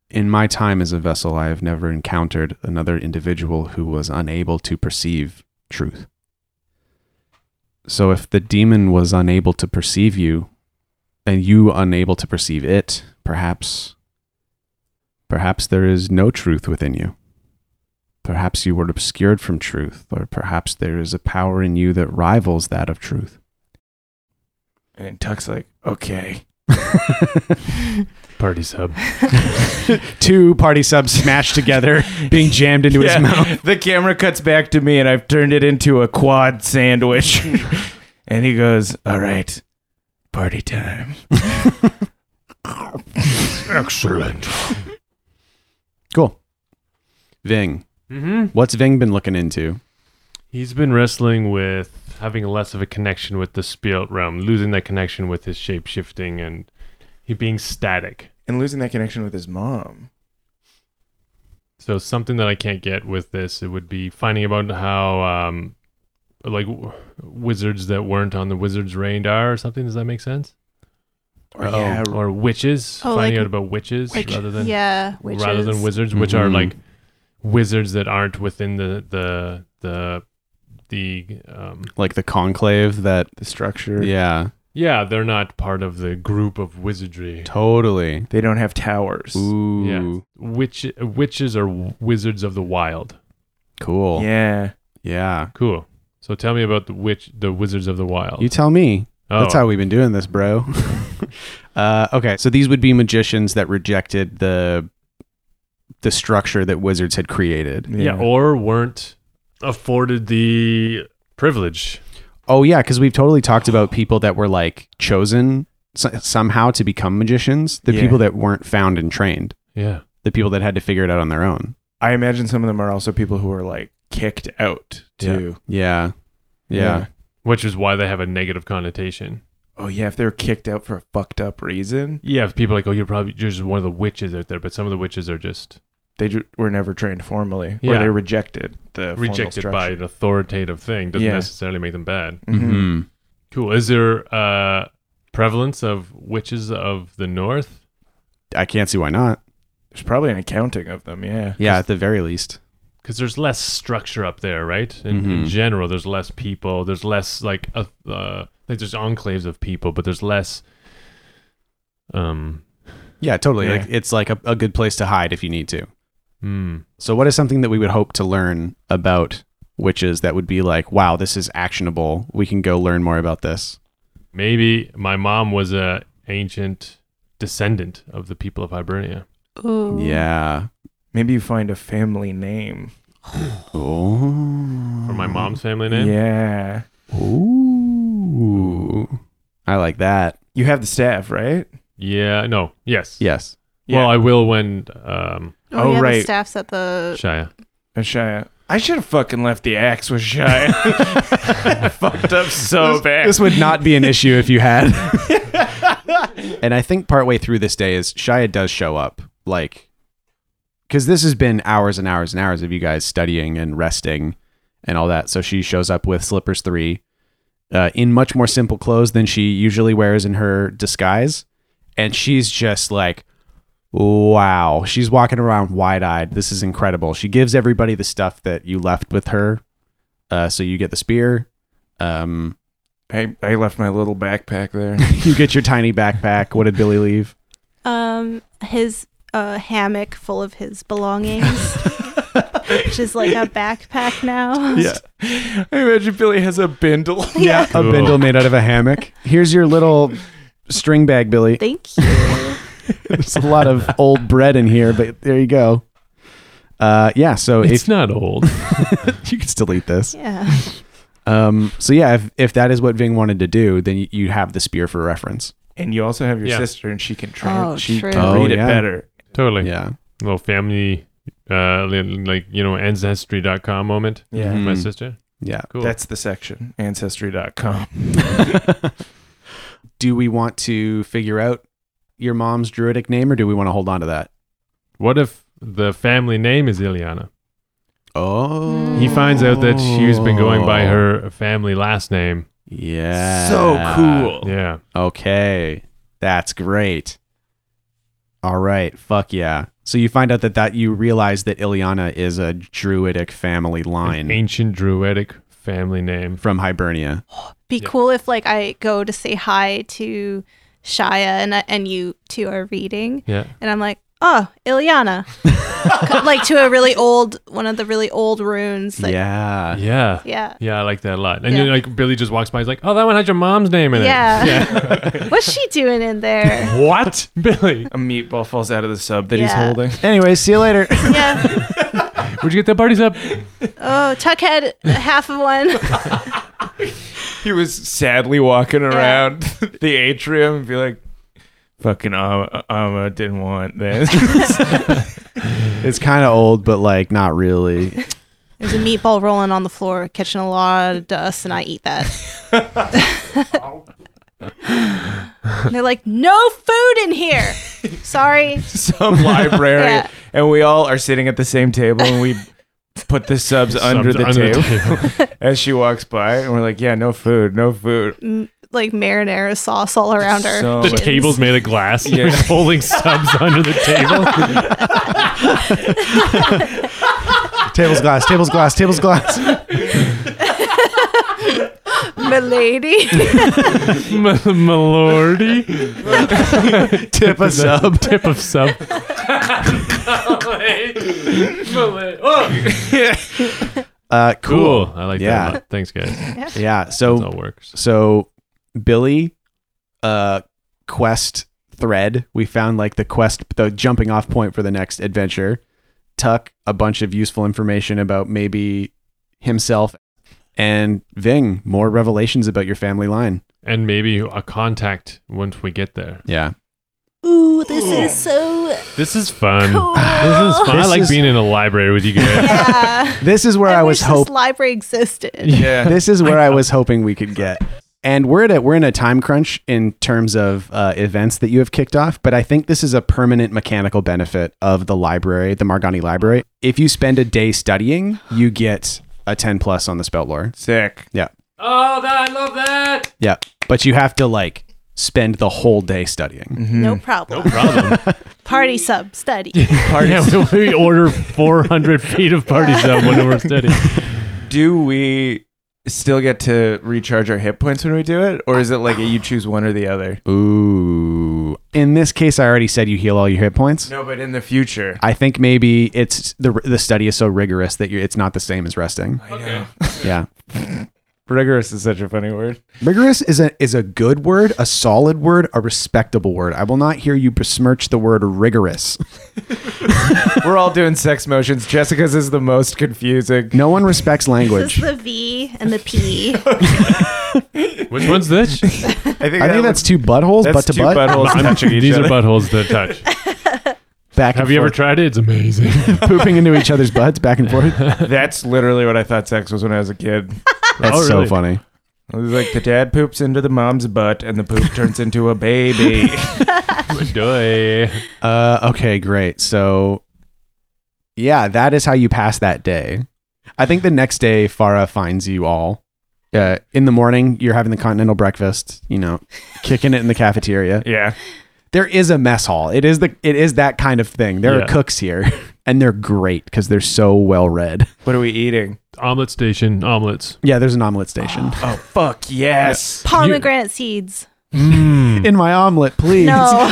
Speaker 2: In my time as a vessel, I have never encountered another individual who was unable to perceive truth. So if the demon was unable to perceive you, and you unable to perceive it, perhaps perhaps there is no truth within you. Perhaps you were obscured from truth, or perhaps there is a power in you that rivals that of truth.
Speaker 4: And Tuck's like, okay.
Speaker 3: Party sub.
Speaker 2: (laughs) Two party subs smashed together, being jammed into his mouth.
Speaker 4: (laughs) The camera cuts back to me and I've turned it into a
Speaker 2: (laughs)
Speaker 4: quad sandwich. and he goes, all right, party time.
Speaker 3: Excellent.
Speaker 2: Cool. Ving.
Speaker 3: Mm-hmm.
Speaker 2: What's Ving been looking into?
Speaker 3: He's been wrestling with having less of a connection with the spirit realm, losing that connection with his shape shifting and he being static.
Speaker 4: And losing that connection with his mom.
Speaker 3: So something that I can't get with this, it would be finding about how um like w- wizards that weren't on the wizard's radar or something. Does that make sense?
Speaker 2: Oh,
Speaker 4: Or, yeah,
Speaker 3: or witches.
Speaker 5: Oh,
Speaker 3: finding
Speaker 5: like-
Speaker 3: out about witches
Speaker 5: Like,
Speaker 3: rather than
Speaker 5: yeah,
Speaker 3: rather than
Speaker 5: witches.
Speaker 3: wizards, which are
Speaker 2: Mhm.
Speaker 3: like wizards that aren't within the the the the um
Speaker 2: Like the conclave that
Speaker 4: the structure.
Speaker 2: Yeah.
Speaker 3: yeah, they're not part of the group of wizardry.
Speaker 2: Totally.
Speaker 4: They don't have towers.
Speaker 2: Ooh.
Speaker 3: Yeah. Witch witches are wizards of the wild.
Speaker 2: Cool.
Speaker 4: Yeah.
Speaker 2: Yeah.
Speaker 3: Cool. So tell me about the witch the wizards of the wild.
Speaker 2: You tell me.
Speaker 3: oh,
Speaker 2: That's how we've been doing this, bro. (laughs) uh, okay, so these would be magicians that rejected the the structure that wizards had created.
Speaker 3: yeah, or weren't afforded the privilege.
Speaker 2: Oh yeah, because we've totally talked about
Speaker 4: (gasps)
Speaker 2: people that were like chosen so- somehow to become magicians. The
Speaker 4: Yeah.
Speaker 2: people that weren't found and trained.
Speaker 3: Yeah.
Speaker 2: The people that had to figure it out on their own.
Speaker 4: I imagine some of them are also people who are like kicked out too.
Speaker 2: Yeah. Yeah.
Speaker 3: Which is why they have a negative connotation.
Speaker 4: Oh yeah, if they're kicked out for a fucked up reason,
Speaker 3: Yeah, if people are like, oh, you're probably you're just one of the witches out there, but some of the witches are just
Speaker 4: they ju- were never trained formally, or
Speaker 3: Yeah.
Speaker 4: they rejected the formal
Speaker 3: rejected by
Speaker 4: structure.
Speaker 3: an authoritative thing. Doesn't
Speaker 4: Yeah.
Speaker 3: necessarily make them bad.
Speaker 4: Mhm.
Speaker 2: Mhm.
Speaker 3: Cool. Is there uh prevalence of witches of the north?
Speaker 2: I can't see why not.
Speaker 4: There's probably an accounting of them. Yeah.
Speaker 2: Yeah, at the very least.
Speaker 3: because there's less structure up there, right? In, in
Speaker 4: Mm-hmm.
Speaker 2: Mhm.
Speaker 3: general, there's less people. There's less like uh, uh, like there's enclaves of people, but there's less. Um.
Speaker 2: Yeah, totally.
Speaker 4: Yeah.
Speaker 2: Like it's like a, a good place to hide if you need to.
Speaker 3: hmm.
Speaker 2: So, what is something that we would hope to learn about witches that would be like, wow, this is actionable? We can go learn more about this.
Speaker 3: Maybe my mom was a ancient descendant of the people of Hibernia.
Speaker 5: Ooh.
Speaker 2: Yeah.
Speaker 4: Maybe you find a family name.
Speaker 2: Oh.
Speaker 3: From my mom's family name.
Speaker 4: Mm-hmm. Yeah.
Speaker 2: Ooh. I like that.
Speaker 4: You have the staff, right?
Speaker 3: Yeah. No. Yes.
Speaker 2: Yes.
Speaker 3: Well, I will when um
Speaker 5: Oh,
Speaker 4: Oh,
Speaker 5: yeah,
Speaker 4: right.
Speaker 5: The staff's at the.
Speaker 3: Shia.
Speaker 4: And Shia. I should have fucking left the axe with Shia.
Speaker 2: (laughs)
Speaker 4: I (laughs) fucked up so bad.
Speaker 2: This would not be an issue if you had. (laughs) and I think partway through this day is Shia does show up. Like, because this has been hours and hours and hours of you guys studying and resting and all that. So she shows up with Slippers 3 uh, in much more simple clothes than she usually wears in her disguise. And she's just like, wow. She's walking around wide eyed. This is incredible. She gives everybody the stuff that you left with her. Uh, so you get the spear. Um,
Speaker 4: I, I left my little backpack there.
Speaker 2: (laughs) you get your tiny backpack. What did Billy leave?
Speaker 5: Um, his uh, hammock full of his belongings, which is like a backpack now.
Speaker 4: (laughs) yeah. I imagine Billy has a bindle.
Speaker 2: (laughs) Yeah, a
Speaker 3: Cool.
Speaker 2: bindle made out of a hammock. Here's your little string bag, Billy.
Speaker 5: Thank you.
Speaker 2: There's a lot of old bread in here, but there you go. Uh, yeah, so
Speaker 3: It's
Speaker 2: if
Speaker 3: not old.
Speaker 2: (laughs) you can still eat this.
Speaker 5: yeah.
Speaker 2: Um, so yeah, if, if that is what Ving wanted to do, then you, you have the spear for reference.
Speaker 4: (laughs) And you also have your
Speaker 3: Yeah.
Speaker 4: sister, and she can try.
Speaker 5: Oh,
Speaker 4: she
Speaker 5: true.
Speaker 4: can
Speaker 2: Oh,
Speaker 4: read it
Speaker 2: yeah.
Speaker 4: better.
Speaker 3: totally.
Speaker 2: Yeah.
Speaker 3: Little family, uh, li- like you know, ancestry.com moment.
Speaker 4: Yeah.
Speaker 3: My
Speaker 2: Mm.
Speaker 3: sister.
Speaker 2: Yeah. (laughs)
Speaker 3: Cool.
Speaker 4: That's the section, ancestry.com.
Speaker 2: do we want to figure out your mom's druidic name or do we want to hold on to that?
Speaker 3: What if the family name is Ileana?
Speaker 2: Oh.
Speaker 4: Oh.
Speaker 3: He finds out that she's been going by her family last name,
Speaker 2: Yeah.
Speaker 4: so cool.
Speaker 3: Yeah.
Speaker 2: Okay. That's great. All right. Fuck yeah. So you find out that that you realize that Ileana is a druidic family
Speaker 3: An
Speaker 2: line
Speaker 3: ancient druidic family name.
Speaker 2: from Hibernia.
Speaker 5: Be cool if like I go to say hi to Shia and I, and you two are reading,
Speaker 3: Yeah.
Speaker 5: and I'm like, oh, Ileana, Co- like to a really old one of the really old runes. Like,
Speaker 2: yeah.
Speaker 3: Yeah.
Speaker 5: yeah.
Speaker 3: Yeah, I like that a lot. And
Speaker 5: Yeah.
Speaker 3: then like Billy just walks by, he's like, "Oh, that one had your mom's name in it." (laughs)
Speaker 5: Yeah. What's she doing in there?
Speaker 3: What, Billy?
Speaker 4: A meatball falls out of the sub that he's
Speaker 5: Yeah.
Speaker 4: holding.
Speaker 2: Anyway, see you later. (laughs)
Speaker 5: yeah.
Speaker 3: Would you get that parties up?
Speaker 5: Oh, Tuck had half of one.
Speaker 4: He was sadly walking around (laughs) the atrium and be like, fucking Ama, Ama didn't want this. (laughs)
Speaker 2: it's kind of old, but like not really.
Speaker 5: There's a meatball rolling on the floor, catching a lot of dust, and I
Speaker 2: (laughs)
Speaker 5: eat that. And they're like, no food in here. Sorry.
Speaker 4: Some library.
Speaker 5: Yeah.
Speaker 4: And we all are sitting at the same table and we put the subs, under,
Speaker 3: Subs
Speaker 4: the, table (laughs) as she walks by. And we're like, yeah, no food, no food.
Speaker 5: M- like marinara sauce all around her.
Speaker 4: So
Speaker 3: The
Speaker 4: much-
Speaker 5: shins.
Speaker 3: table's made of glass. You're
Speaker 4: Oh, Yeah.
Speaker 3: (laughs) holding subs under the
Speaker 4: (laughs)
Speaker 3: table.
Speaker 2: tables glass, tables glass, tables glass.
Speaker 5: (laughs)
Speaker 2: (laughs)
Speaker 5: Milady.
Speaker 3: M- Milordy,
Speaker 2: Tip
Speaker 3: (laughs)
Speaker 2: a sub.
Speaker 3: tip of (laughs) sub.
Speaker 2: Uh, cool.
Speaker 3: Cool. I like
Speaker 2: Yeah.
Speaker 3: that. A lot. Thanks, guys.
Speaker 2: Yeah.
Speaker 3: That's
Speaker 2: So
Speaker 3: how it works.
Speaker 2: So Billy, uh, quest thread. We found like the quest, the jumping off point for the next adventure. Tuck a bunch of useful information about maybe himself, and Ving more revelations about your family line.
Speaker 3: And maybe a contact once we get there.
Speaker 2: Yeah,
Speaker 5: Ooh, this is
Speaker 4: (laughs)
Speaker 5: so
Speaker 3: This is fun.
Speaker 5: cool.
Speaker 3: This is fun. I
Speaker 2: This
Speaker 3: like
Speaker 2: is-
Speaker 3: being in a library with
Speaker 2: (laughs)
Speaker 3: you guys.
Speaker 5: Yeah.
Speaker 2: this is where I, was Mm-hmm.
Speaker 5: wish
Speaker 2: hoping.
Speaker 5: this library existed.
Speaker 4: yeah.
Speaker 2: this is where I, was hoping we could get. And we're at a, we're in a time crunch in terms of uh, events that you have kicked off, but I think this is a permanent mechanical benefit of the library, the Margani Library. If you spend a day studying, you get a ten plus on the spell lore.
Speaker 4: Sick.
Speaker 2: Yeah,
Speaker 3: oh, that, I love that.
Speaker 2: yeah, but you have to like spend the whole day studying.
Speaker 5: No problem.
Speaker 3: Problem.
Speaker 5: (laughs) Party sub study.
Speaker 2: (laughs)
Speaker 3: Yeah, we, we order 400 feet of party sub when
Speaker 2: (laughs)
Speaker 3: we're studying.
Speaker 4: Do we still get to recharge our hit points when we do it? Or is it like a, you choose one or the other?
Speaker 2: Ooh. In this case, I already said you heal all your hit points.
Speaker 4: No, but in the future.
Speaker 2: I think maybe it's the the study is so rigorous that you it's not the same as resting.
Speaker 4: Okay.
Speaker 2: Yeah.
Speaker 4: Rigorous is such a funny word.
Speaker 2: Rigorous is a is a good word, a solid word, a respectable word. I will not hear you besmirch the word rigorous.
Speaker 4: We're all doing sex motions. Jessica's is the most confusing.
Speaker 2: No one respects
Speaker 5: (laughs) This
Speaker 2: language.
Speaker 5: is the V and
Speaker 2: (laughs)
Speaker 5: the P.
Speaker 3: Which one's this?
Speaker 2: I think that's two buttholes, butt to
Speaker 4: two
Speaker 2: butt.
Speaker 4: buttholes touching each
Speaker 3: These
Speaker 4: other.
Speaker 3: are buttholes that touch.
Speaker 2: back and
Speaker 3: Have you
Speaker 2: (laughs)
Speaker 3: ever
Speaker 2: forth,
Speaker 3: tried it?
Speaker 2: (laughs)
Speaker 3: It's amazing.
Speaker 2: pooping into each other's butts back and
Speaker 3: (laughs)
Speaker 2: forth? That's
Speaker 4: That's literally what I thought sex was when I was a kid.
Speaker 3: Oh,
Speaker 2: so
Speaker 3: really?
Speaker 2: funny.
Speaker 4: It was like the dad poops into the mom's butt, and the poop turns into a baby. (laughs)
Speaker 3: Doy.
Speaker 2: Uh, okay, great. So, yeah, that is how you pass that day. I think the next day, Farah finds you all. Uh, in the morning, you're having the continental breakfast. You know, kicking it in the cafeteria.
Speaker 4: yeah,
Speaker 2: there is a mess hall. It is the it is that kind of thing. There
Speaker 3: Yeah.
Speaker 2: are cooks here, (laughs) and they're great because they're so well read.
Speaker 4: what are we eating?
Speaker 3: Omelet station, omelets.
Speaker 2: Yeah, there's an omelet station.
Speaker 4: Oh fuck (laughs) yes!
Speaker 5: Pomegranate seeds.
Speaker 2: In my omelet, please.
Speaker 5: No.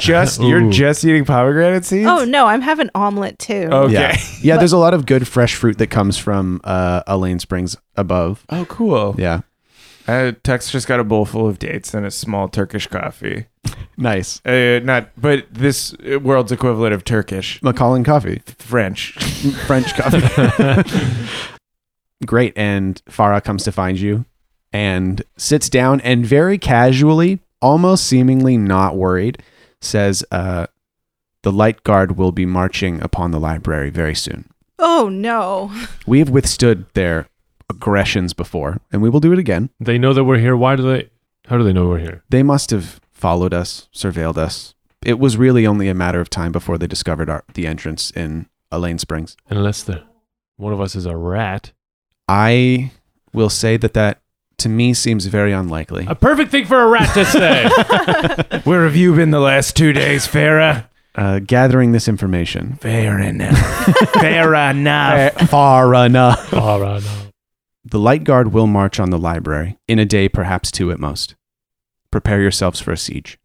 Speaker 4: Just you're
Speaker 3: Ooh.
Speaker 4: just eating pomegranate seeds.
Speaker 5: oh no, I'm having omelet too.
Speaker 4: okay.
Speaker 2: Yeah, (laughs) yeah. There's a lot of good fresh fruit that comes from uh, Elaine Springs above.
Speaker 4: Oh cool.
Speaker 2: Yeah,
Speaker 4: Uh, Tex just got a bowl full of dates and a small Turkish coffee.
Speaker 2: nice.
Speaker 4: Uh, not, but this uh, world's equivalent of Turkish
Speaker 2: Macallan coffee,
Speaker 4: French.
Speaker 2: French
Speaker 3: (laughs)
Speaker 2: coffee. great, and Farah comes to find you, and sits down and very casually, almost seemingly not worried, says, uh, "The light guard will be marching upon the library very soon."
Speaker 5: Oh no.
Speaker 2: We have withstood their aggressions before, and we will do it again.
Speaker 3: They know that we're here. Why do they? How do they know we're here?
Speaker 2: They must have followed us, surveilled us. It was really only a matter of time before they discovered our, the entrance in Elaine Springs.
Speaker 3: Unless they're one of us is a rat.
Speaker 2: I will say that that to me seems very unlikely.
Speaker 3: A perfect thing for a rat to say.
Speaker 4: Where have you been the last two days, Farah?
Speaker 2: Uh, gathering this information.
Speaker 4: Fair enough. (laughs) Fair enough.
Speaker 2: (laughs) Far enough.
Speaker 3: All right. no.
Speaker 2: The light guard will march on the library in a day, perhaps two at most. Prepare yourselves for a siege.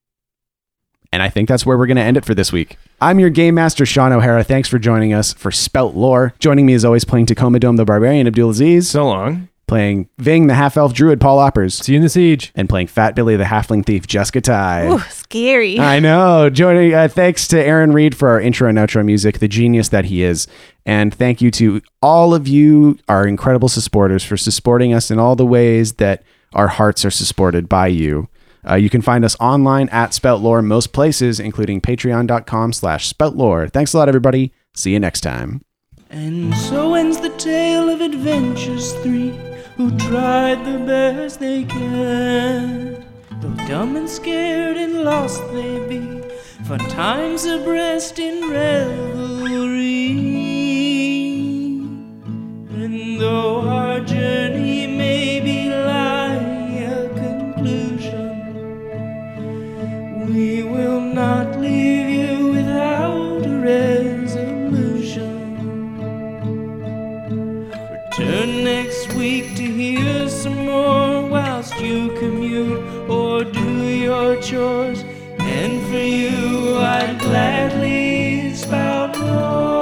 Speaker 2: And I think that's where we're going to end it for this week. I'm your game master, Sean O'Hara. Thanks for joining us for Spelt Lore. Joining me is always playing Tacoma Dome the Barbarian, Abdul Aziz,
Speaker 4: So long.
Speaker 2: playing Ving the Half Elf Druid, Paul Oppers,
Speaker 3: See you in the siege.
Speaker 2: and playing Fat Billy the Halfling Thief, Jessica Ty.
Speaker 5: Ooh,
Speaker 2: (laughs)
Speaker 5: scary.
Speaker 2: I know. Joining, uh, thanks to Aaron Reed for our intro and outro music, the genius that he is. And thank you to all of you, our incredible supporters, for supporting us in all the ways that our hearts are supported by you. Uh, you can find us online at Spoutlore most places, including patreon.com slash spoutlore. Thanks a lot, everybody. See you next time.
Speaker 1: And so ends the tale of adventures three who tried the best they can. Though dumb and scared and lost they be, for time's abreast in revelry. And though our journey may be lie a conclusion, we will not leave you without a resolution. Return next week to hear some more whilst you commute or do your chores. And for you, I'd gladly spout more.